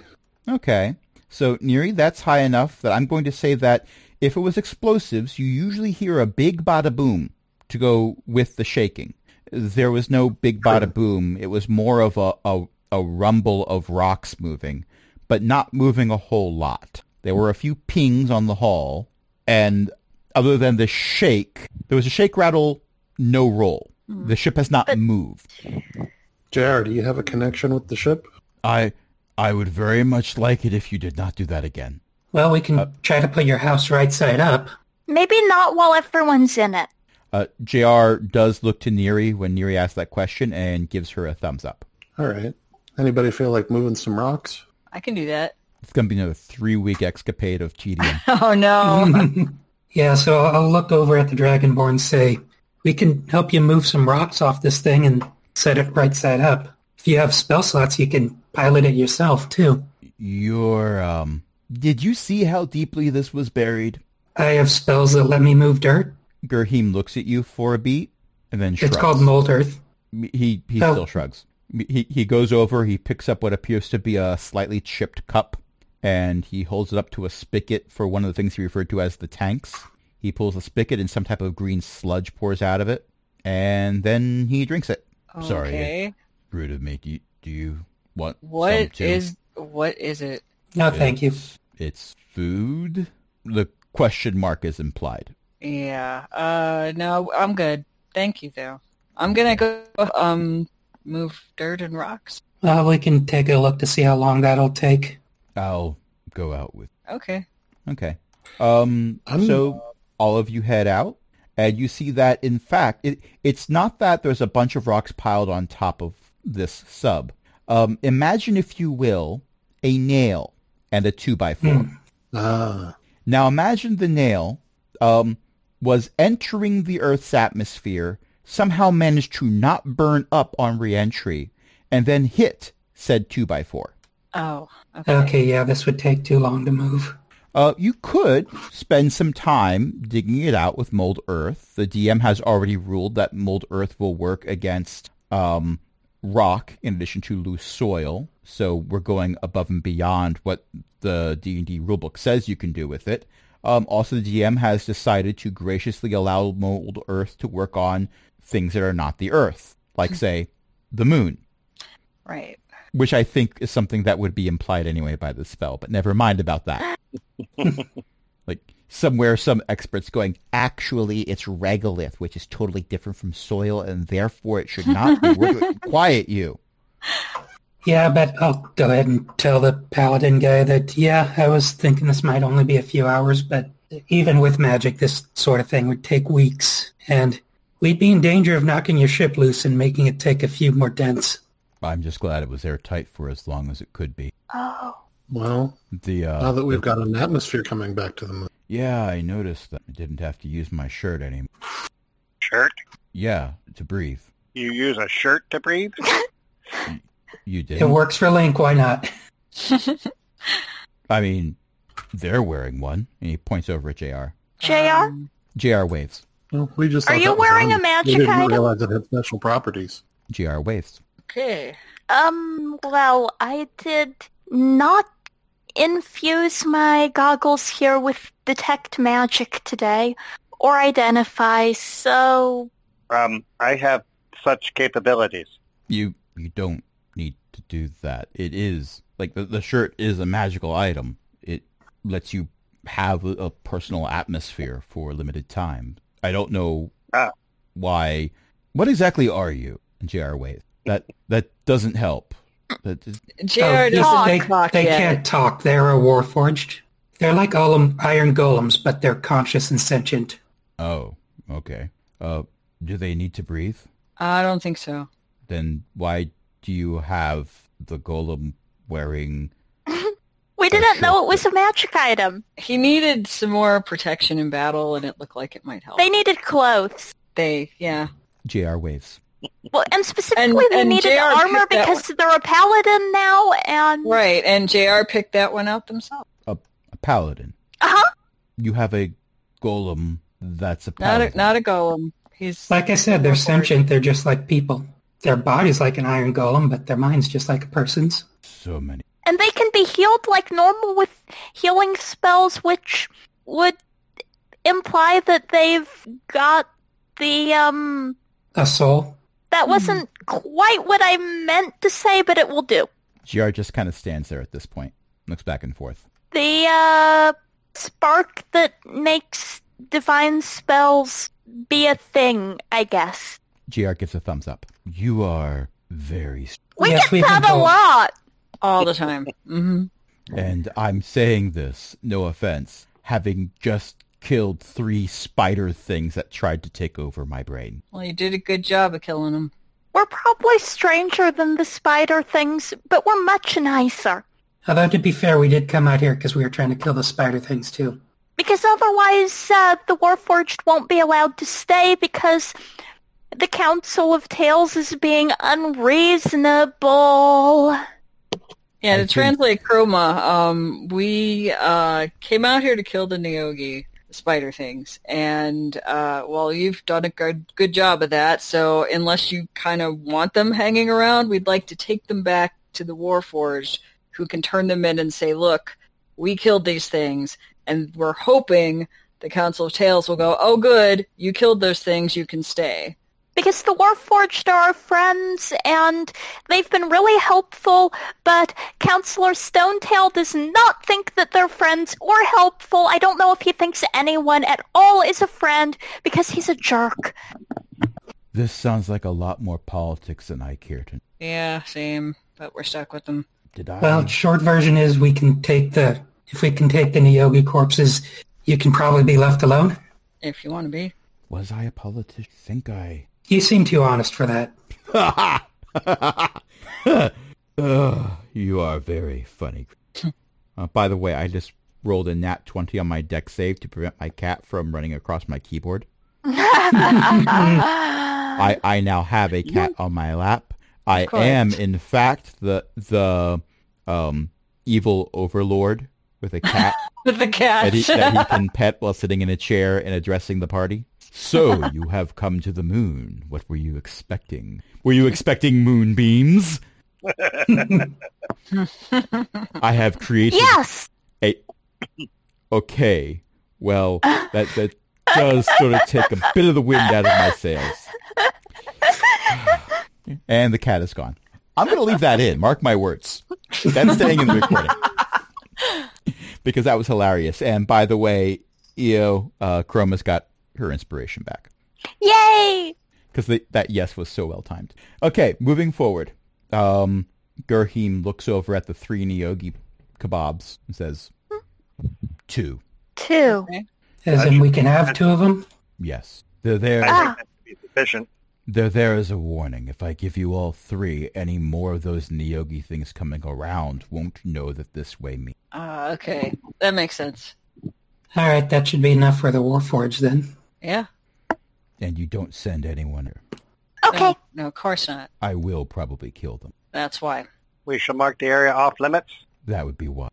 Speaker 1: Okay. So, Neri, that's high enough that I'm going to say that if it was explosives, you usually hear a big bada boom to go with the shaking. There was no big bada boom. It was more of a, a, a rumble of rocks moving, but not moving a whole lot. There were a few pings on the hall, and other than the shake, there was a shake rattle, no roll. The ship has not moved.
Speaker 6: JR, do you have a connection with the ship?
Speaker 1: I I would very much like it if you did not do that again.
Speaker 4: Well, we can try to put your house right side up.
Speaker 3: Maybe not while everyone's in it.
Speaker 1: Uh, JR does look to Neri when Neri asks that question and gives her a thumbs up.
Speaker 6: All right. Anybody feel like moving some rocks?
Speaker 2: I can do that.
Speaker 1: It's going to be another three-week escapade of tedium.
Speaker 2: Oh, no.
Speaker 4: Yeah, so I'll look over at the Dragonborn and say, we can help you move some rocks off this thing and set it right side up. If you have spell slots, you can pilot it yourself, too.
Speaker 1: Your, um... Did you see how deeply this was buried?
Speaker 4: I have spells that let me move dirt.
Speaker 1: Gerheim looks at you for a beat and then shrugs.
Speaker 4: It's called Mold Earth.
Speaker 1: He, he
Speaker 4: Oh.
Speaker 1: still shrugs. He, he goes over, he picks up what appears to be a slightly chipped cup, and he holds it up to a spigot for one of the things he referred to as the tanks. He pulls the spigot and some type of green sludge pours out of it, and then he drinks it. Sorry.
Speaker 2: Okay.
Speaker 1: Rude of me. Do you, do you want some
Speaker 2: What
Speaker 1: too?
Speaker 2: is what is it?
Speaker 4: No, Oh, thank you.
Speaker 1: It's- It's food. The question mark is implied.
Speaker 2: Yeah. Uh no, I'm good. Thank you though. I'm gonna go um move dirt and rocks.
Speaker 4: Well, we can take a look to see how long that'll take.
Speaker 1: I'll go out with.
Speaker 2: Okay.
Speaker 1: Okay. Um.
Speaker 6: I'm-
Speaker 1: So all of you head out, and you see that in fact it it's not that there's a bunch of rocks piled on top of this sub. Um. Imagine if you will a nail and a two by four.
Speaker 6: Ah.
Speaker 1: Now imagine the nail um, was entering the Earth's atmosphere, somehow managed to not burn up on reentry, and then hit said 2 by 4
Speaker 2: Oh. Okay.
Speaker 4: Okay, yeah, this would take too long to move.
Speaker 1: Uh, you could spend some time digging it out with Mold Earth. The DM has already ruled that Mold Earth will work against um, rock in addition to loose soil. So we're going above and beyond what the D&D rulebook says you can do with it. Um, also, the DM has decided to graciously allow Mold Earth to work on things that are not the Earth, like, say, the moon
Speaker 2: Right.
Speaker 1: which I think is something that would be implied anyway by the spell, but never mind about that. like somewhere some experts going, actually it's regolith, which is totally different from soil and therefore it should not be We're- quiet you.
Speaker 4: Yeah, but I'll go ahead and tell the paladin guy that, yeah, I was thinking this might only be a few hours, but even with magic, this sort of thing would take weeks, and we'd be in danger of knocking your ship loose and making it take a few more dents.
Speaker 1: I'm just glad it was airtight for as long as it could be.
Speaker 3: Oh,
Speaker 6: Well,
Speaker 1: The uh
Speaker 6: now that we've got an atmosphere coming back to the moon.
Speaker 1: Yeah, I noticed that I didn't have to use my shirt anymore.
Speaker 5: shirt.
Speaker 1: Yeah, to breathe.
Speaker 5: You use a shirt to breathe.
Speaker 1: You
Speaker 4: It
Speaker 1: did.
Speaker 4: works for Link, why not?
Speaker 1: I mean, they're wearing one. And he points over at JR.
Speaker 3: Jr.
Speaker 2: Um,
Speaker 1: JR waves.
Speaker 6: Well, we just
Speaker 3: Are
Speaker 6: thought
Speaker 3: you
Speaker 6: that was
Speaker 3: wearing a
Speaker 6: on-
Speaker 3: magic
Speaker 6: We didn't
Speaker 3: item?
Speaker 6: realize it had special properties.
Speaker 1: JR waves.
Speaker 2: okay.
Speaker 3: Um, well, I did not infuse my goggles here with detect magic today or identify, so
Speaker 5: Um, I have such capabilities.
Speaker 1: you you don't need to do that. It is like the the shirt is a magical item. It lets you have a, a personal atmosphere for a limited time. I don't know
Speaker 5: Ah.
Speaker 1: why. What exactly are you, J.R. Waith? That that doesn't help. That is-
Speaker 2: JR
Speaker 4: Oh,
Speaker 2: doesn't
Speaker 4: they,
Speaker 2: talk
Speaker 4: they
Speaker 2: yet.
Speaker 4: can't talk. They're a warforged. They're like golem, iron golems, but they're conscious and sentient.
Speaker 1: oh, okay. Uh, do they need to breathe?
Speaker 2: I don't think so.
Speaker 1: Then why do you have the golem wearing?
Speaker 3: We didn't know it was a magic item.
Speaker 2: He needed some more protection in battle, and it looked like it might help.
Speaker 3: They needed clothes.
Speaker 2: They, yeah.
Speaker 1: J.R. Waves.
Speaker 3: Well, and specifically, we
Speaker 2: and
Speaker 3: needed
Speaker 2: JR
Speaker 3: armor
Speaker 2: picked that
Speaker 3: because they're a paladin now, and
Speaker 2: Right, and JR picked that one out themselves.
Speaker 1: a paladin.
Speaker 3: uh-huh.
Speaker 1: You have a golem that's a
Speaker 4: Oh.
Speaker 2: Not
Speaker 1: paladin.
Speaker 2: a, not a golem. He's
Speaker 4: Like I said, they're sentient. They're just like people. Their body's like an iron golem, but their mind's just like a person's.
Speaker 1: so many.
Speaker 3: and they can be healed like normal with healing spells, which would imply that they've got the um.
Speaker 4: A soul.
Speaker 3: That wasn't quite what I meant to say, but it will do.
Speaker 1: J.R. just kind of stands there at this point, looks back and forth.
Speaker 3: the uh, spark that makes divine spells be a thing, I guess.
Speaker 1: J.R. gives a thumbs up. You are very, s-
Speaker 3: We
Speaker 4: Yes, we've
Speaker 3: get that
Speaker 4: been
Speaker 3: a
Speaker 4: told.
Speaker 3: lot.
Speaker 2: all the time. hmm
Speaker 1: and I'm saying this, no offense, having just killed three spider things that tried to take over my brain.
Speaker 2: Well, you did a good job of killing him.
Speaker 3: We're probably stranger than the spider things, but we're much nicer.
Speaker 4: Although, to be fair, we did come out here because we were trying to kill the spider things, too.
Speaker 3: Because otherwise, uh, the Warforged won't be allowed to stay because the Council of Tales is being unreasonable.
Speaker 2: Yeah,
Speaker 1: I
Speaker 2: to
Speaker 1: think-
Speaker 2: translate Chroma, um, we uh, came out here to kill the Neogi the spider things, and uh, well, you've done a good good job of that. So unless you kind of want them hanging around, we'd like to take them back to the Warforged, who can turn them in and say, "Look, we killed these things," and we're hoping the Council of Tales will go, "Oh, good, you killed those things. You can stay."
Speaker 3: because the Warforged are our friends and they've been really helpful, but Counselor Stonetail does not think that they're friends or helpful. I don't know if he thinks anyone at all is a friend because he's a jerk.
Speaker 1: This sounds like a lot more politics than I care to.
Speaker 2: Yeah, same, but we're stuck with them.
Speaker 1: Did I?
Speaker 4: Well, short version is we can take the... If we can take the Niyogi corpses, you can probably be left alone.
Speaker 2: If you want to be,
Speaker 1: was I a politician? Think I?
Speaker 4: You seem too honest for that.
Speaker 1: Ugh, you are very funny. Uh, by the way, I just rolled a nat 20 on my deck save to prevent my cat from running across my keyboard. I, I now have a cat on my lap. I
Speaker 2: course.
Speaker 1: am, in fact, the the um, evil overlord with a cat
Speaker 2: with the cat.
Speaker 1: that, he, that he can pet while sitting in a chair and addressing the party. So you have come to the moon. What were you expecting? Were you expecting moonbeams? I have created
Speaker 3: yes,
Speaker 1: okay, well, that, that does sort of take a bit of the wind out of my sails. And the cat is gone. I'm going to leave that in. Mark my words. That's staying in the recording. because that was hilarious. And by the way, Io, uh, Chroma's got her inspiration back.
Speaker 3: yay!
Speaker 1: Because that yes was so well timed. Okay, moving forward. Um, Gerheim looks over at the three Neogi kebabs and says, two.
Speaker 3: Two.
Speaker 4: As in, we can have two of them.
Speaker 1: Yes. They're there.
Speaker 5: I
Speaker 3: Ah.
Speaker 5: think that should be sufficient.
Speaker 1: They're there as a warning. If I give you all three, any more of those Niyogi things coming around won't know that this way means.
Speaker 2: Ah, okay, that makes sense.
Speaker 4: All right, that should be enough for the Warforged then.
Speaker 2: Yeah.
Speaker 1: And you don't send anyone here.
Speaker 3: Okay,
Speaker 2: No, no, of course not.
Speaker 1: I will probably kill them.
Speaker 2: That's why.
Speaker 5: We shall mark the area off limits.
Speaker 1: That would be why.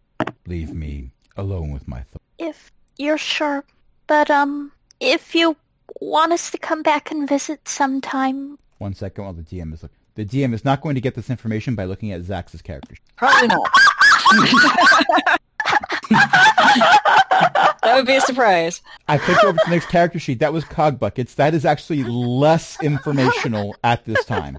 Speaker 1: Leave me alone with my thoughts.
Speaker 3: if you're sure, but um, if you want us to come back and visit sometime,
Speaker 1: One second while the DM is looking. The DM is not going to get this information by looking at Zax's character. sheet.
Speaker 2: Probably not. that would be a surprise.
Speaker 1: I flipped over to the next character sheet. That was Cog Buckets. That is actually less informational at this time.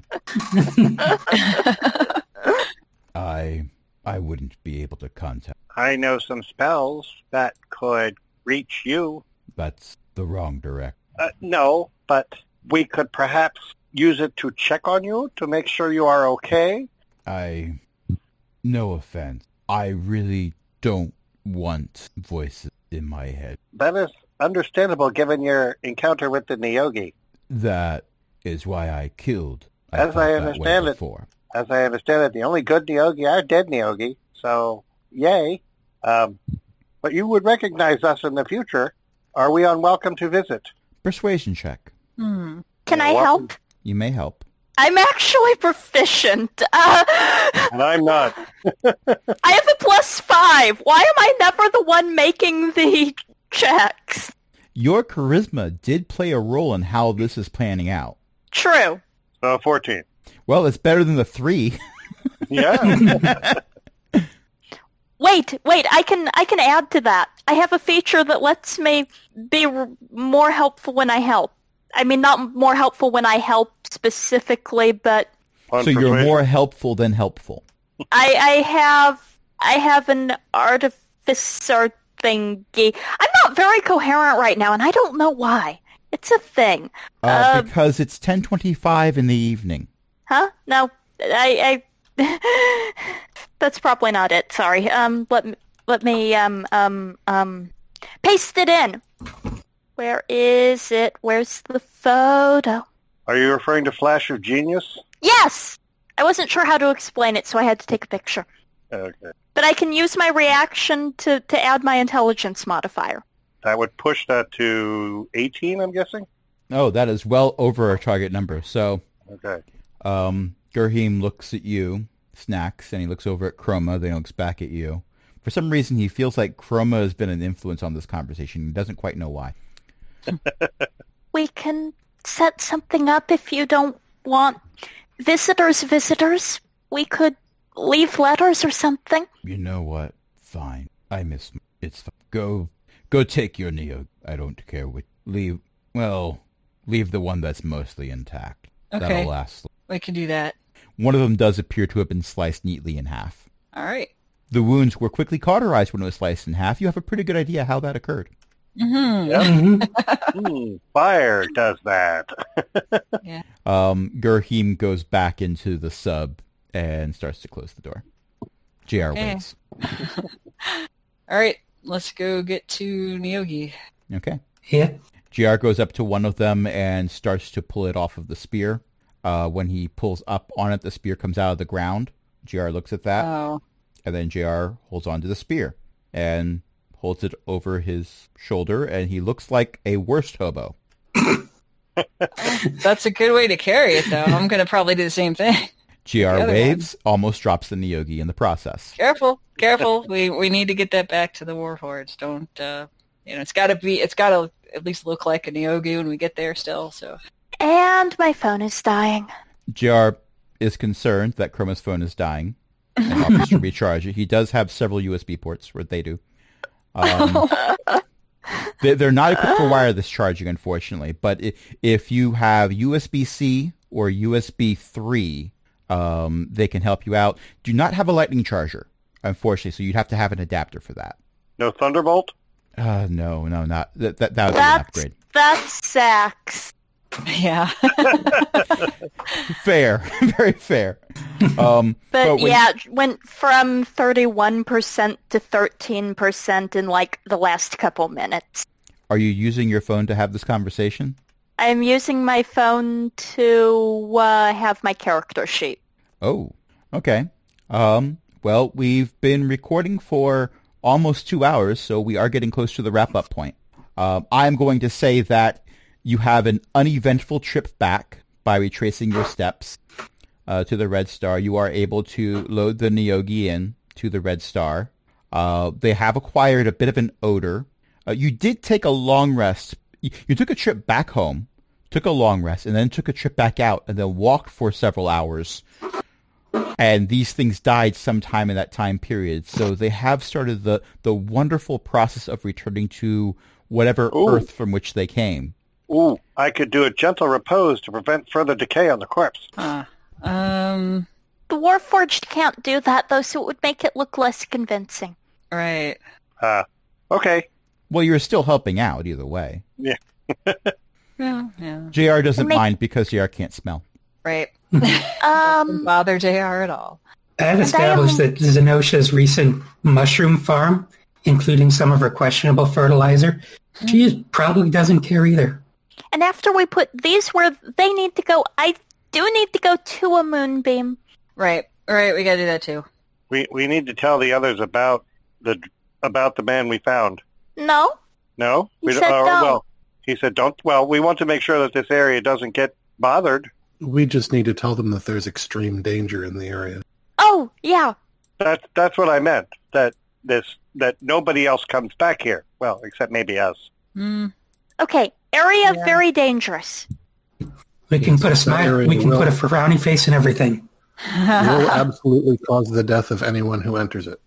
Speaker 1: I I wouldn't be able to contact.
Speaker 5: I know some spells that could reach you.
Speaker 1: That's the wrong direct.
Speaker 5: Uh, no, but we could perhaps use it to check on you to make sure you are okay.
Speaker 1: I, no offense, I really don't want voices in my head.
Speaker 5: That is understandable given your encounter with the Niyogi.
Speaker 1: That is why I killed.
Speaker 5: As I
Speaker 1: felt that way
Speaker 5: understand it-
Speaker 1: before.
Speaker 5: As I understand it, the only good Niyogi are dead Niyogi, so yay. Um, but you would recognize us in the future. Are we unwelcome to visit?
Speaker 1: Persuasion check.
Speaker 2: Hmm.
Speaker 3: Can I
Speaker 5: You're welcome.
Speaker 3: help?
Speaker 1: You may help.
Speaker 3: I'm actually proficient. Uh,
Speaker 5: And I'm not.
Speaker 3: I have a plus five. Why am I never the one making the checks?
Speaker 1: Your charisma did play a role in how this is planning out.
Speaker 3: True.
Speaker 5: So 14.
Speaker 1: Well, it's better than the three.
Speaker 5: Yeah.
Speaker 3: Wait, wait. I can I can add to that. I have a feature that lets me be r- more helpful when I help. I mean, not more helpful when I help specifically, but
Speaker 1: so you're more helpful than helpful.
Speaker 3: I I have I have an artificer thingy. I'm not very coherent right now, and I don't know why. It's a thing,
Speaker 1: Uh,
Speaker 3: Um,
Speaker 1: because it's 10.25 in the evening.
Speaker 3: huh? No, I I. That's probably not it. Sorry. Um, let me let me um um um paste it in. Where is it? Where's the photo?
Speaker 5: Are you referring to Flash of Genius?
Speaker 3: Yes. I wasn't sure how to explain it, so I had to take a picture.
Speaker 5: Okay.
Speaker 3: But I can use my reaction to, to add my intelligence modifier.
Speaker 5: That would push that to 18, I'm guessing?
Speaker 1: Oh, that is well over our target number. So
Speaker 5: Okay.
Speaker 1: um, Gerheim looks at you, snacks, and he looks over at Chroma, then he looks back at you. For some reason, he feels like Chroma has been an influence on this conversation. He doesn't quite know why.
Speaker 3: We can set something up if you don't want visitors, visitors. We could leave letters or something.
Speaker 1: You know what? Fine. I miss. m- It's fine. go, go take your neo. I don't care which. Leave. Well, leave the one that's mostly intact.
Speaker 2: Okay,
Speaker 1: That'll last.
Speaker 2: we can do that.
Speaker 1: One of them does appear to have been sliced neatly in half.
Speaker 2: All right.
Speaker 1: The wounds were quickly cauterized when it was sliced in half. You have a pretty good idea how that occurred.
Speaker 2: Mm-hmm.
Speaker 4: Mhm.
Speaker 5: Hmm, fire does that.
Speaker 1: Um, Gerheim goes back into the sub and starts to close the door. JR
Speaker 2: Okay.
Speaker 1: waits.
Speaker 2: All right. Let's go get to Neogi.
Speaker 1: Okay.
Speaker 4: Yeah.
Speaker 1: JR goes up to one of them and starts to pull it off of the spear. Uh, when he pulls up on it, the spear comes out of the ground. JR looks at that,
Speaker 2: Oh,
Speaker 1: and then JR holds onto the spear and holds it over his shoulder, and he looks like a worst hobo.
Speaker 2: that's a good way to carry it, though. I'm gonna probably do the same thing.
Speaker 1: JR
Speaker 2: other one.
Speaker 1: waves, almost drops the Niyogi in the process.
Speaker 2: careful, careful. We we need to get that back to the war hordes. Don't uh, you know? It's got to be. It's got to at least look like a Neogi when we get there. Still, so
Speaker 3: And my phone is dying.
Speaker 1: JR is concerned that Chroma's phone is dying and offers to recharge it. He does have several USB ports, where they do. Um, they, they're not equipped
Speaker 2: Ah.
Speaker 1: for wireless charging, unfortunately, but i- if you have USB-C or USB 3, um, they can help you out. Do not have a lightning charger, unfortunately, so you'd have to have an adapter for that.
Speaker 5: No Thunderbolt?
Speaker 1: Uh, no, no, not that. That, that would be an
Speaker 3: That's
Speaker 1: upgrade.
Speaker 3: that's Zach's.
Speaker 2: yeah.
Speaker 1: Fair, very fair. Um,
Speaker 3: But,
Speaker 1: when-
Speaker 3: yeah, it went from thirty-one percent to thirteen percent in like the last couple minutes.
Speaker 1: are you using your phone to have this conversation?
Speaker 3: I'm using my phone to uh, have my character sheet.
Speaker 1: Oh, okay. Um, well, we've been recording for almost two hours, so we are getting close to the wrap-up point. Um, I'm going to say that you have an uneventful trip back by retracing your steps uh, to the Red Star. You are able to load the Niyogi in to the Red Star. Uh, they have acquired a bit of an odor. Uh, you did take a long rest. You, you took a trip back home, took a long rest, and then took a trip back out, and then walked for several hours and these things died sometime in that time period. So they have started the the wonderful process of returning to whatever
Speaker 5: Ooh.
Speaker 1: Earth from which they came.
Speaker 5: Ooh, I could do a gentle repose to prevent further decay on the corpse.
Speaker 2: Huh. Um.
Speaker 3: But Warforged can't do that though, so it would make it look less convincing.
Speaker 2: Right.
Speaker 5: Uh, okay.
Speaker 1: Well, you're still helping out either way.
Speaker 2: Yeah. Yeah.
Speaker 1: JR doesn't
Speaker 3: Make-
Speaker 1: mind because JR can't smell.
Speaker 2: Right. Doesn't
Speaker 3: Um,
Speaker 2: bother JR at all.
Speaker 4: I've established that Zenosha's recent mushroom farm, including some of her questionable fertilizer, she is- probably doesn't care either.
Speaker 3: and after we put these where they need to go, I do need to go to a moonbeam.
Speaker 2: Right. Right. We got to do that too.
Speaker 5: We we need to tell the others about the about the man we found.
Speaker 3: No,
Speaker 5: No,
Speaker 3: He
Speaker 5: we
Speaker 3: said
Speaker 5: oh,
Speaker 3: don't.
Speaker 5: Well, he said don't. Well, we want to make sure that this area doesn't get bothered.
Speaker 6: We just need to tell them that there's extreme danger in the area.
Speaker 3: Oh, yeah.
Speaker 5: That's that's what I meant. That this that nobody else comes back here. Well, except maybe us.
Speaker 2: Mm.
Speaker 3: Okay. Area
Speaker 2: Yeah.
Speaker 3: very dangerous.
Speaker 4: We can
Speaker 6: Yes,
Speaker 4: put a
Speaker 6: that
Speaker 4: smile,
Speaker 6: area
Speaker 4: we can
Speaker 6: will.
Speaker 4: put a frowny face and everything.
Speaker 6: Will absolutely cause the death of anyone who enters it.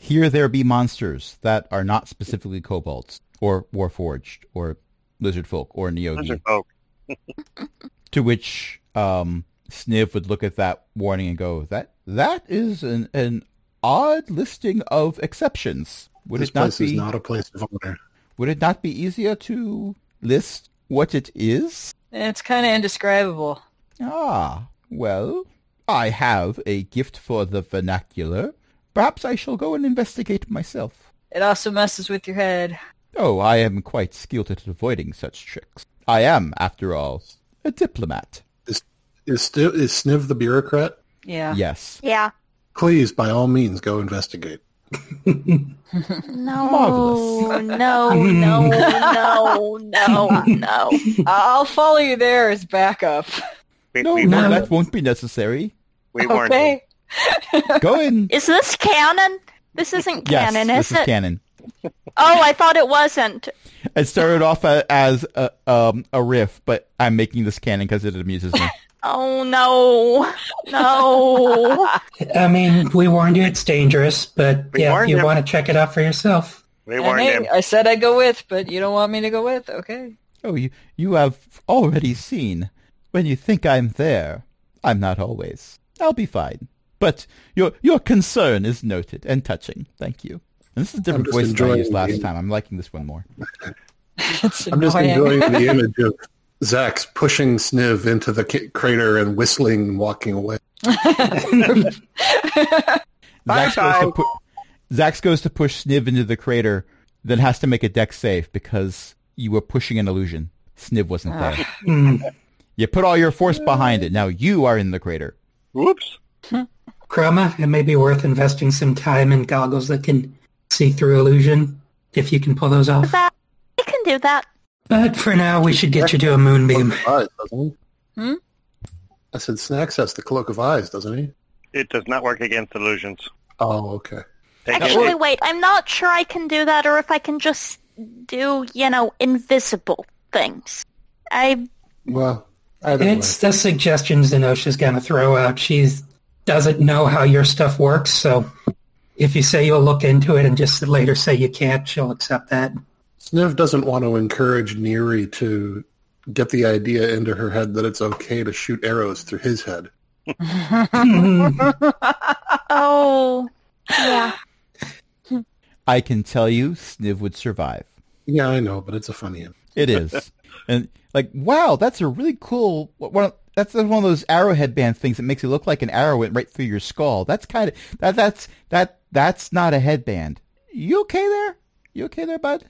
Speaker 1: Here there be monsters that are not specifically kobolds or warforged or lizard folk or neogi.
Speaker 5: Those are folk.
Speaker 1: To which um, Sniv would look at that warning and go, "That that is an, an odd listing of exceptions. Would
Speaker 6: this
Speaker 1: it not
Speaker 6: place
Speaker 1: be
Speaker 6: is not a place of honor.
Speaker 1: Would it not be easier to list what it is?
Speaker 2: It's kind of indescribable.
Speaker 1: Ah, well, I have a gift for the vernacular. Perhaps I shall go and investigate myself.
Speaker 2: It also messes with your head.
Speaker 1: Oh, I am quite skilled at avoiding such tricks. I am, after all, a diplomat.
Speaker 6: Is, Sti- is Sniv the bureaucrat?
Speaker 3: Ah.
Speaker 2: Yeah.
Speaker 1: Yes.
Speaker 3: Yeah.
Speaker 6: Please, by all means, go investigate.
Speaker 3: No.
Speaker 1: Marvelous.
Speaker 3: No, no, no, no, no.
Speaker 2: I- I'll follow you there as backup.
Speaker 5: We,
Speaker 1: No,
Speaker 5: we
Speaker 1: no,
Speaker 5: warned,
Speaker 1: that won't be necessary.
Speaker 5: we warned you.
Speaker 2: Okay.
Speaker 1: Go in.
Speaker 3: Is this canon? This isn't
Speaker 1: yes,
Speaker 3: canon,
Speaker 1: this
Speaker 3: is
Speaker 1: is
Speaker 3: it?
Speaker 1: canon.
Speaker 3: oh, I thought it wasn't.
Speaker 1: It started off a, as a, um, a riff, but I'm making this canon because it amuses me.
Speaker 3: Oh no. No.
Speaker 4: I mean, we warned you it's dangerous, but
Speaker 5: We
Speaker 4: yeah, if
Speaker 5: warned
Speaker 4: you
Speaker 5: him.
Speaker 4: want to check it out for yourself.
Speaker 5: We
Speaker 2: And
Speaker 5: warned
Speaker 2: hey,
Speaker 5: him.
Speaker 2: I said I'd go with, but you don't want me to go with. Okay.
Speaker 1: Oh, you, you have already seen. When you think I'm there, I'm not always. I'll be fine. But your your concern is noted and touching. Thank you. And this is a different
Speaker 6: just
Speaker 1: voice than I
Speaker 6: enjoying
Speaker 1: used last
Speaker 6: the-
Speaker 1: time. I'm liking this one more.
Speaker 2: It's
Speaker 6: I'm just
Speaker 2: annoying.
Speaker 6: enjoying the image of Zax pushing Sniv into the ki- crater and whistling and walking away.
Speaker 1: Zax goes, to
Speaker 5: Bye.
Speaker 1: pu- Zax goes to push Sniv into the crater, then has to make a deck save because you were pushing an illusion. Sniv wasn't there.
Speaker 4: Hmm.
Speaker 1: You put all your force behind it. Now you are in the crater.
Speaker 5: Whoops.
Speaker 4: Chroma, it may be worth investing some time in goggles that can see through illusion, if you can pull those off.
Speaker 3: that I can do that.
Speaker 4: But for now, we should get you to a
Speaker 1: Hmm?
Speaker 4: moonbeam.
Speaker 6: Eyes, doesn't he?
Speaker 2: Hmm?
Speaker 6: I said Snax has the cloak of eyes, doesn't he?
Speaker 5: It does not work against illusions.
Speaker 6: Oh, okay.
Speaker 5: Take
Speaker 3: Actually,
Speaker 5: it.
Speaker 3: wait, I'm not sure I can do that or if I can just do, you know, invisible things. I
Speaker 6: Well, either
Speaker 4: It's the suggestions Zenosha's going to throw out. She doesn't know how your stuff works, so if you say you'll look into it and just later say you can't, she'll accept that.
Speaker 6: way, Sniv doesn't want to encourage Neri to get the idea into her head that it's okay to shoot arrows through his head.
Speaker 3: oh yeah.
Speaker 1: I can tell you, Sniv would survive.
Speaker 6: Yeah, I know, but it's a funny image.
Speaker 1: It is, and like, wow, that's a really cool. One of, that's one of those arrowhead band things that makes it look like an arrow went right through your skull. That's kind of that. That's that. That's not a headband. You okay there? You okay there, bud?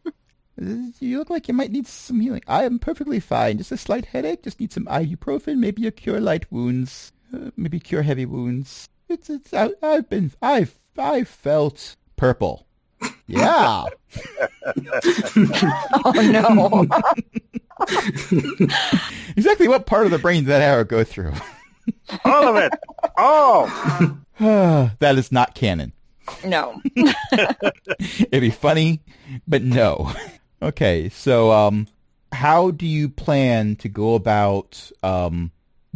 Speaker 1: you look like you might need some healing. I am perfectly fine. Just a slight headache. Just need some ibuprofen. Maybe a cure light wounds. Uh, maybe cure heavy wounds. It's it's. I, I've been. I've I felt purple. Yeah.
Speaker 2: Oh no.
Speaker 1: exactly what part of the brain did that arrow go through?
Speaker 5: All of it. Oh,
Speaker 1: that is not canon.
Speaker 2: no.
Speaker 1: It'd be funny, but no. okay, so um, how do you plan to go about um,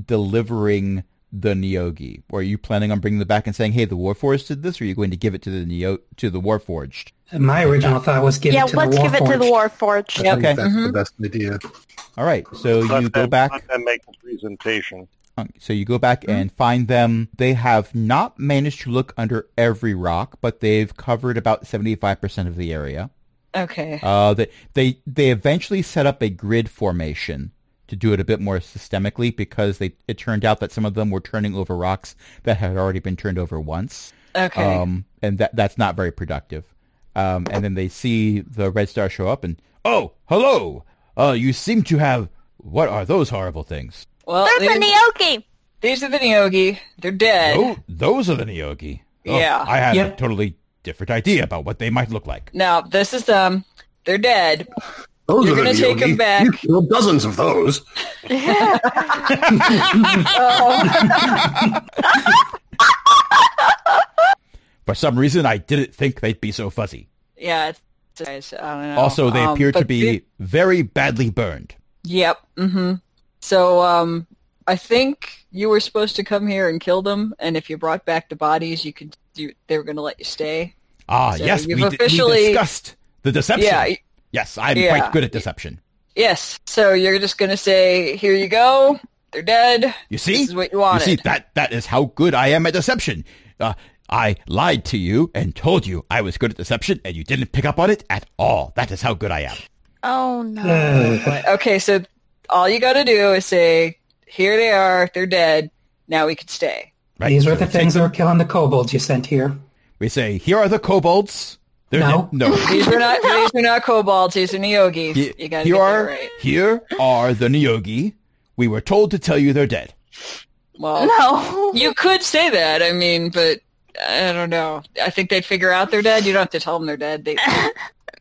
Speaker 1: delivering the Neogi? Or are you planning on bringing them back and saying, "Hey, the Warforged did this," or are you going to give it to the Neo to the Warforged?
Speaker 4: My original thought was give
Speaker 3: yeah,
Speaker 4: it to
Speaker 3: let's
Speaker 4: the
Speaker 3: give it to the
Speaker 4: Warforged.
Speaker 3: Warforged.
Speaker 6: I think
Speaker 1: Okay.
Speaker 2: Mm-hmm.
Speaker 6: that's the best idea.
Speaker 1: All right, so
Speaker 5: let
Speaker 1: you go
Speaker 5: them-
Speaker 1: back.
Speaker 5: Let them make the presentation.
Speaker 1: Um, So you go back and find them. They have not managed to look under every rock, but they've covered about 75% of the area.
Speaker 2: Okay.
Speaker 1: Uh, they, they, they eventually set up a grid formation to do it a bit more systemically because they, it turned out that some of them were turning over rocks that had already been turned over once.
Speaker 2: Okay.
Speaker 1: Um, and that, that's not very productive. Um, and then they see the red star show up and, oh, hello! Uh, you seem to have, what are those horrible things?
Speaker 2: well,
Speaker 3: They're the
Speaker 2: these,
Speaker 3: Nioki.
Speaker 2: these are the Nyogi. They're dead.
Speaker 1: Oh, those are the Nyogi. Oh,
Speaker 2: Yeah.
Speaker 1: I had a
Speaker 4: Yep.
Speaker 1: totally different idea about what they might look like.
Speaker 2: Now this is them. They're dead.
Speaker 6: Those
Speaker 2: You're
Speaker 6: are the
Speaker 2: gonna take 'em
Speaker 6: Nyogi.
Speaker 2: back.
Speaker 6: You killed dozens of those.
Speaker 2: Um,
Speaker 1: For some reason, I didn't think they'd be so fuzzy.
Speaker 2: Yeah. It's, it's- I don't know.
Speaker 1: Also, they
Speaker 2: Um,
Speaker 1: appear to
Speaker 2: but
Speaker 1: be
Speaker 2: the-
Speaker 1: very badly burned.
Speaker 2: Yep. hmm So um, I think you were supposed to come here and kill them, and if you brought back the bodies, you could. You, they were going to let you stay.
Speaker 1: Ah,
Speaker 2: So
Speaker 1: yes, we,
Speaker 2: you've
Speaker 1: di- we
Speaker 2: officially-
Speaker 1: discussed the deception.
Speaker 2: Yeah. y-
Speaker 1: Yes, I'm
Speaker 2: Yeah.
Speaker 1: quite good at deception.
Speaker 2: Yes. So you're just going to say, "Here you go. They're dead.
Speaker 1: You see?
Speaker 2: This is what you
Speaker 1: you
Speaker 2: wanted."
Speaker 1: see, that, that is how good I am at deception. Uh, I lied to you and told you I was good at deception, and you didn't pick up on it at all. That is how good I am.
Speaker 3: Oh no.
Speaker 4: Uh,
Speaker 2: okay. So all you got to do is say, "Here they are. They're dead. Now we can stay."
Speaker 1: Right?
Speaker 4: these were
Speaker 1: So
Speaker 4: the
Speaker 1: we say-
Speaker 4: things that were killing the kobolds you sent here.
Speaker 1: We say, here are the kobolds. They're
Speaker 4: No.
Speaker 1: no.
Speaker 2: These are not. these are not kobolds. These are Nyogi.
Speaker 1: Ye-
Speaker 2: You got to
Speaker 1: here
Speaker 2: get
Speaker 1: are
Speaker 2: that right.
Speaker 1: here are the Nyogi. We were told to tell you they're dead.
Speaker 2: Well,
Speaker 3: No.
Speaker 2: You could say that. I mean, but I don't know. I think they'd figure out they're dead. You don't have to tell them they're dead. They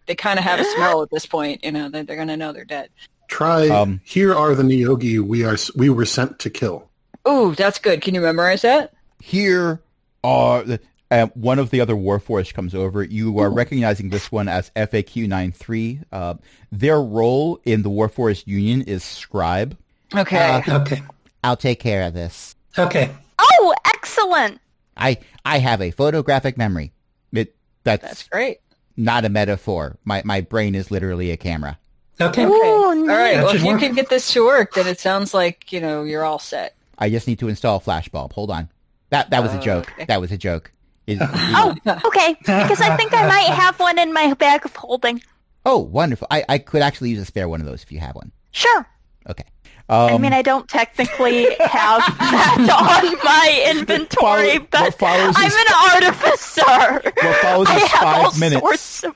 Speaker 2: they, kind of have a smell at this point. You know, they're, they're going to know they're dead.
Speaker 6: Try.
Speaker 1: Um,
Speaker 6: here are the Nyogi we are s- we were sent to kill.
Speaker 2: Ooh, that's good. Can you memorize that?
Speaker 1: Here are the, uh, one of the other Warforged comes over. You are recognizing this one as FAQ 93. Uh, their role in the Warforged Union is scribe.
Speaker 2: Okay.
Speaker 1: Uh,
Speaker 4: Okay.
Speaker 1: I'll take care of this.
Speaker 4: Okay.
Speaker 3: Oh, excellent.
Speaker 1: I I have a photographic memory. It, that's,
Speaker 2: that's great.
Speaker 1: not a metaphor. My my brain is literally a camera.
Speaker 4: Okay.
Speaker 2: Okay.
Speaker 3: Ooh,
Speaker 2: all right.
Speaker 4: That
Speaker 2: Well, if
Speaker 4: should
Speaker 2: you
Speaker 4: work.
Speaker 2: can get this to work, then it sounds like, you know, you're all set.
Speaker 1: I just need to install a flashbulb. Hold on. That that was a
Speaker 2: Oh,
Speaker 1: joke.
Speaker 2: okay.
Speaker 1: That was a joke. Is-
Speaker 3: Oh, okay. Because I think I might have one in my bag of holding.
Speaker 1: Oh, wonderful. I, I could actually use a spare one of those if you have one.
Speaker 3: Sure.
Speaker 1: Okay. Um,
Speaker 3: I mean, I don't technically have that on my inventory,
Speaker 1: Follow- what
Speaker 3: but
Speaker 1: follows
Speaker 3: I'm
Speaker 1: is-
Speaker 3: an artificer.
Speaker 1: what follows
Speaker 3: I
Speaker 1: is
Speaker 3: have all
Speaker 1: five minutes.
Speaker 3: sorts of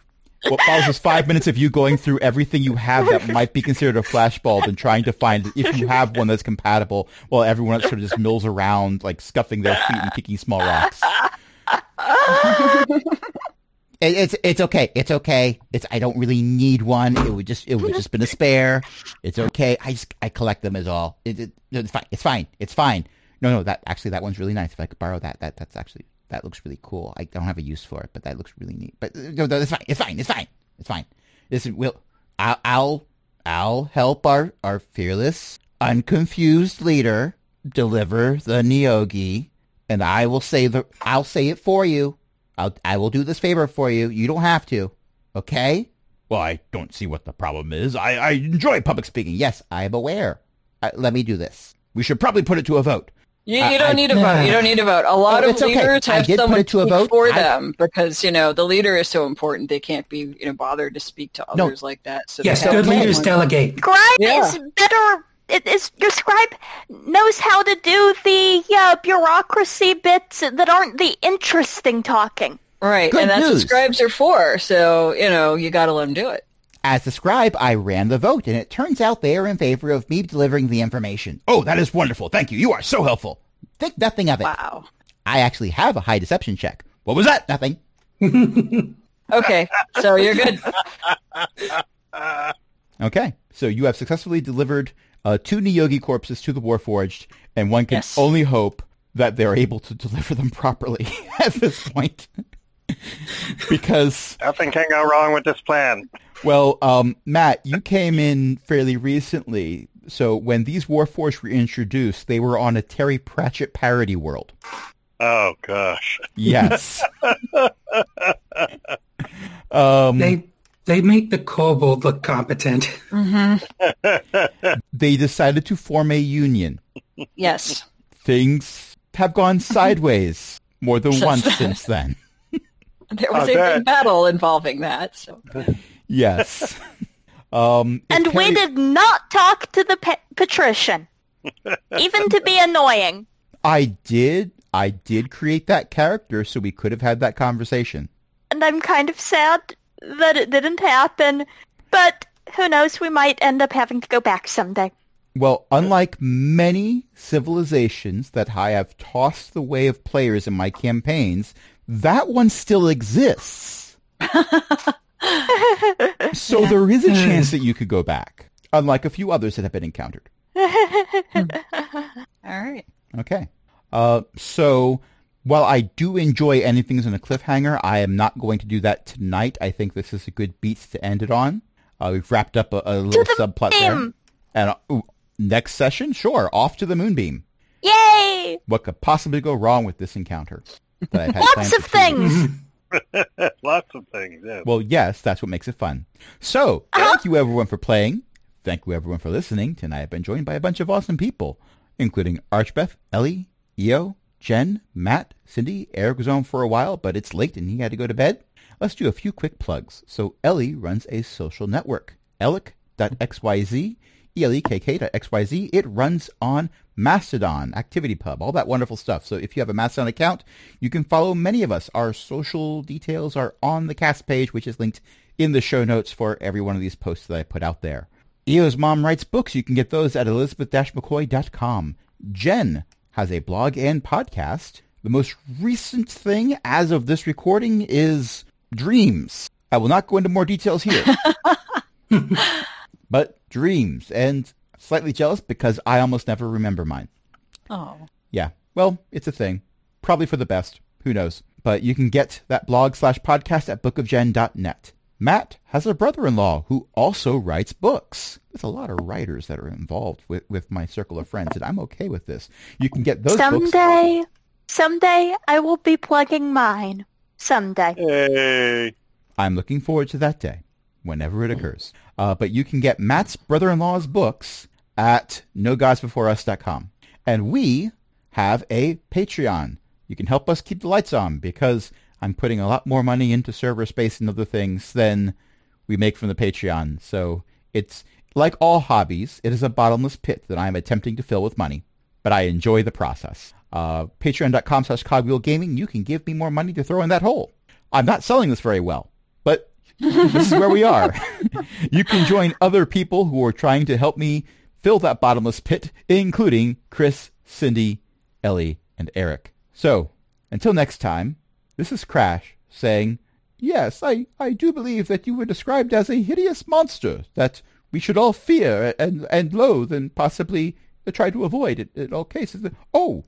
Speaker 1: What follows is five minutes of you going through everything you have that might be considered a flashbulb and trying to find if you have one that's compatible while everyone else sort of just mills around, like scuffing their feet and kicking small rocks. It, it's it's okay. It's okay. It's I don't really need one. It would just it would just been a spare. It's okay. I just I collect them as all. It, it, no, it's fine. It's fine. It's fine. No, no. That actually that one's really nice. If I could borrow that, that that's actually that looks really cool. I don't have a use for it, but that looks really neat. But uh, no, no, it's fine. It's fine. It's fine. It's fine. Listen, we'll I'll I'll, I'll help our our fearless, unconfused leader deliver the Niogi, and I will say the I'll say it for you. I'll, I will do this favor for you. You don't have to. Okay? Well, I don't see what the problem is. I, I enjoy public speaking. Yes, I am aware. I, let me do this. We should probably put it to a vote.
Speaker 2: You,
Speaker 1: I-
Speaker 2: you don't
Speaker 1: I-
Speaker 2: need a vote. You don't need a vote. A lot
Speaker 1: Oh,
Speaker 2: of
Speaker 1: it's okay.
Speaker 2: leaders
Speaker 1: I
Speaker 2: have
Speaker 1: did put
Speaker 2: someone
Speaker 1: it to a
Speaker 2: speak
Speaker 1: vote.
Speaker 2: for
Speaker 1: I-
Speaker 2: them because you know the leader is so important. They can't be you know bothered to speak to
Speaker 1: No.
Speaker 2: others like that. So they
Speaker 4: Yes,
Speaker 2: have
Speaker 4: good
Speaker 2: someone-
Speaker 4: leaders delegate.
Speaker 3: Scribe
Speaker 2: Yeah.
Speaker 3: is better. It is your scribe knows how to do the uh, bureaucracy bits that aren't the interesting talking.
Speaker 2: Right,
Speaker 1: Good
Speaker 2: and that's
Speaker 1: news.
Speaker 2: what scribes are for. So you know you got to let them do it.
Speaker 1: As the scribe, I ran the vote, and it turns out they are in favor of me delivering the information. Oh, that is wonderful. Thank you. You are so helpful. Think nothing of it.
Speaker 2: Wow.
Speaker 1: I actually have a high deception check. What was that? Nothing.
Speaker 2: Okay, so you're good.
Speaker 1: Okay, so you have successfully delivered uh, two Niyogi corpses to the Warforged, and one can
Speaker 2: Yes.
Speaker 1: only hope that they're able to deliver them properly at this point. because,
Speaker 5: Nothing can go wrong with this plan.
Speaker 1: well, um, Matt, you came in fairly recently, so when these Warforged were introduced, they were on a Terry Pratchett parody world.
Speaker 5: Oh gosh.
Speaker 1: Yes. um,
Speaker 4: They they make the kobold look competent.
Speaker 2: hmm
Speaker 1: they decided to form a union.
Speaker 2: Yes.
Speaker 1: Things have gone sideways more than
Speaker 2: Since
Speaker 1: once
Speaker 2: then.
Speaker 1: since then.
Speaker 2: There was
Speaker 5: I
Speaker 2: a
Speaker 5: bet.
Speaker 2: big battle involving that. So
Speaker 1: Yes. um, if
Speaker 3: And we
Speaker 1: Harry-
Speaker 3: did not talk to the pa- patrician, even to be annoying.
Speaker 1: I did. I did create that character, so we could have had that conversation.
Speaker 3: And I'm kind of sad that it didn't happen, but who knows, we might end up having to go back someday.
Speaker 1: Well, unlike many civilizations that I have tossed the way of players in my campaigns, that one still exists. so there is a chance that you could go back, unlike a few others that have been encountered.
Speaker 2: all right.
Speaker 1: Okay. Uh, so while I do enjoy ending things on a cliffhanger, I am not going to do that tonight. I think this is a good beats to end it on. Uh, we've wrapped up a, a little
Speaker 3: the
Speaker 1: subplot there.
Speaker 3: moonbeam.
Speaker 1: And uh, ooh, next session, sure, off to the moonbeam.
Speaker 3: Yay!
Speaker 1: What could possibly go wrong with this encounter? That I've had planned
Speaker 3: Lots
Speaker 1: for
Speaker 3: of
Speaker 1: two weeks?
Speaker 3: things!
Speaker 5: Lots of things. Yeah.
Speaker 1: Well, yes, that's what makes it fun. So,
Speaker 3: Uh-huh.
Speaker 1: thank you everyone for playing. Thank you everyone for listening. Tonight I've been joined by a bunch of awesome people, including Archbeth, Ellie, Eo, Jen, Matt, Cindy. Eric was on for a while, but it's late and he had to go to bed. Let's do a few quick plugs. So, Ellie runs a social network, elic.xyz, E elekk.xyz. It runs on Mastodon, Activity Pub, all that wonderful stuff. So if you have a Mastodon account, you can follow many of us. Our social details are on the cast page, which is linked in the show notes for every one of these posts that I put out there. Eo's mom writes books. You can get those at elizabeth-mccoy.com. Jen has a blog and podcast. The most recent thing as of this recording is dreams. I will not go into more details here but dreams and slightly jealous because I almost never remember mine.
Speaker 2: Oh,
Speaker 1: Yeah. Well, it's a thing. Probably for the best. Who knows? But you can get that blog slash podcast at bookofgen.net. Matt has a brother-in-law who also writes books. There's a lot of writers that are involved with, with my circle of friends, and I'm okay with this. You can get those books.
Speaker 3: Someday, someday I will be plugging mine. Someday.
Speaker 5: Hey.
Speaker 1: I'm looking forward to that day, whenever it occurs. Uh, but you can get Matt's brother-in-law's books at nogodsbeforeus.com. And we have a Patreon. You can help us keep the lights on because I'm putting a lot more money into server space and other things than we make from the Patreon. So it's like all hobbies, it is a bottomless pit that I am attempting to fill with money, but I enjoy the process. Uh, Patreon.com slash cogwheelgaming, you can give me more money to throw in that hole. I'm not selling this very well, but this is where we are. you can join other people who are trying to help me fill that bottomless pit, including Chris, Cindy, Ellie, and Eric. So, until next time, this is Crash saying, Yes, I, I do believe that you were described as a hideous monster that we should all fear and, and loathe and possibly try to avoid in, in all cases. Oh,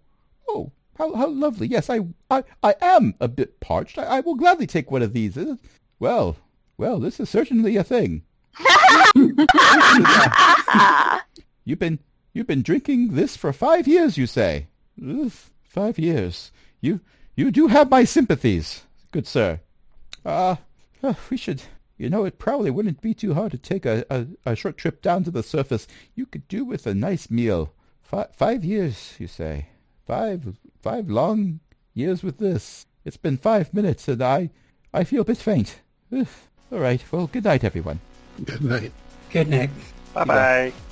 Speaker 1: oh, how, how lovely. Yes, I, I, I am a bit parched. I, I will gladly take one of these. This is- Well, well, this is certainly a thing. You've been you've been drinking this for five years, you say. Oof, five years. You you do have my sympathies, good sir. Ah, uh, we should. You know, it probably wouldn't be too hard to take a, a, a short trip down to the surface. You could do with a nice meal. Fi five years, you say. Five five long years with this. It's been five minutes, and I I feel a bit faint. Oof. All right. Well, good night, everyone.
Speaker 6: Good night.
Speaker 4: Good night.
Speaker 5: Bye bye.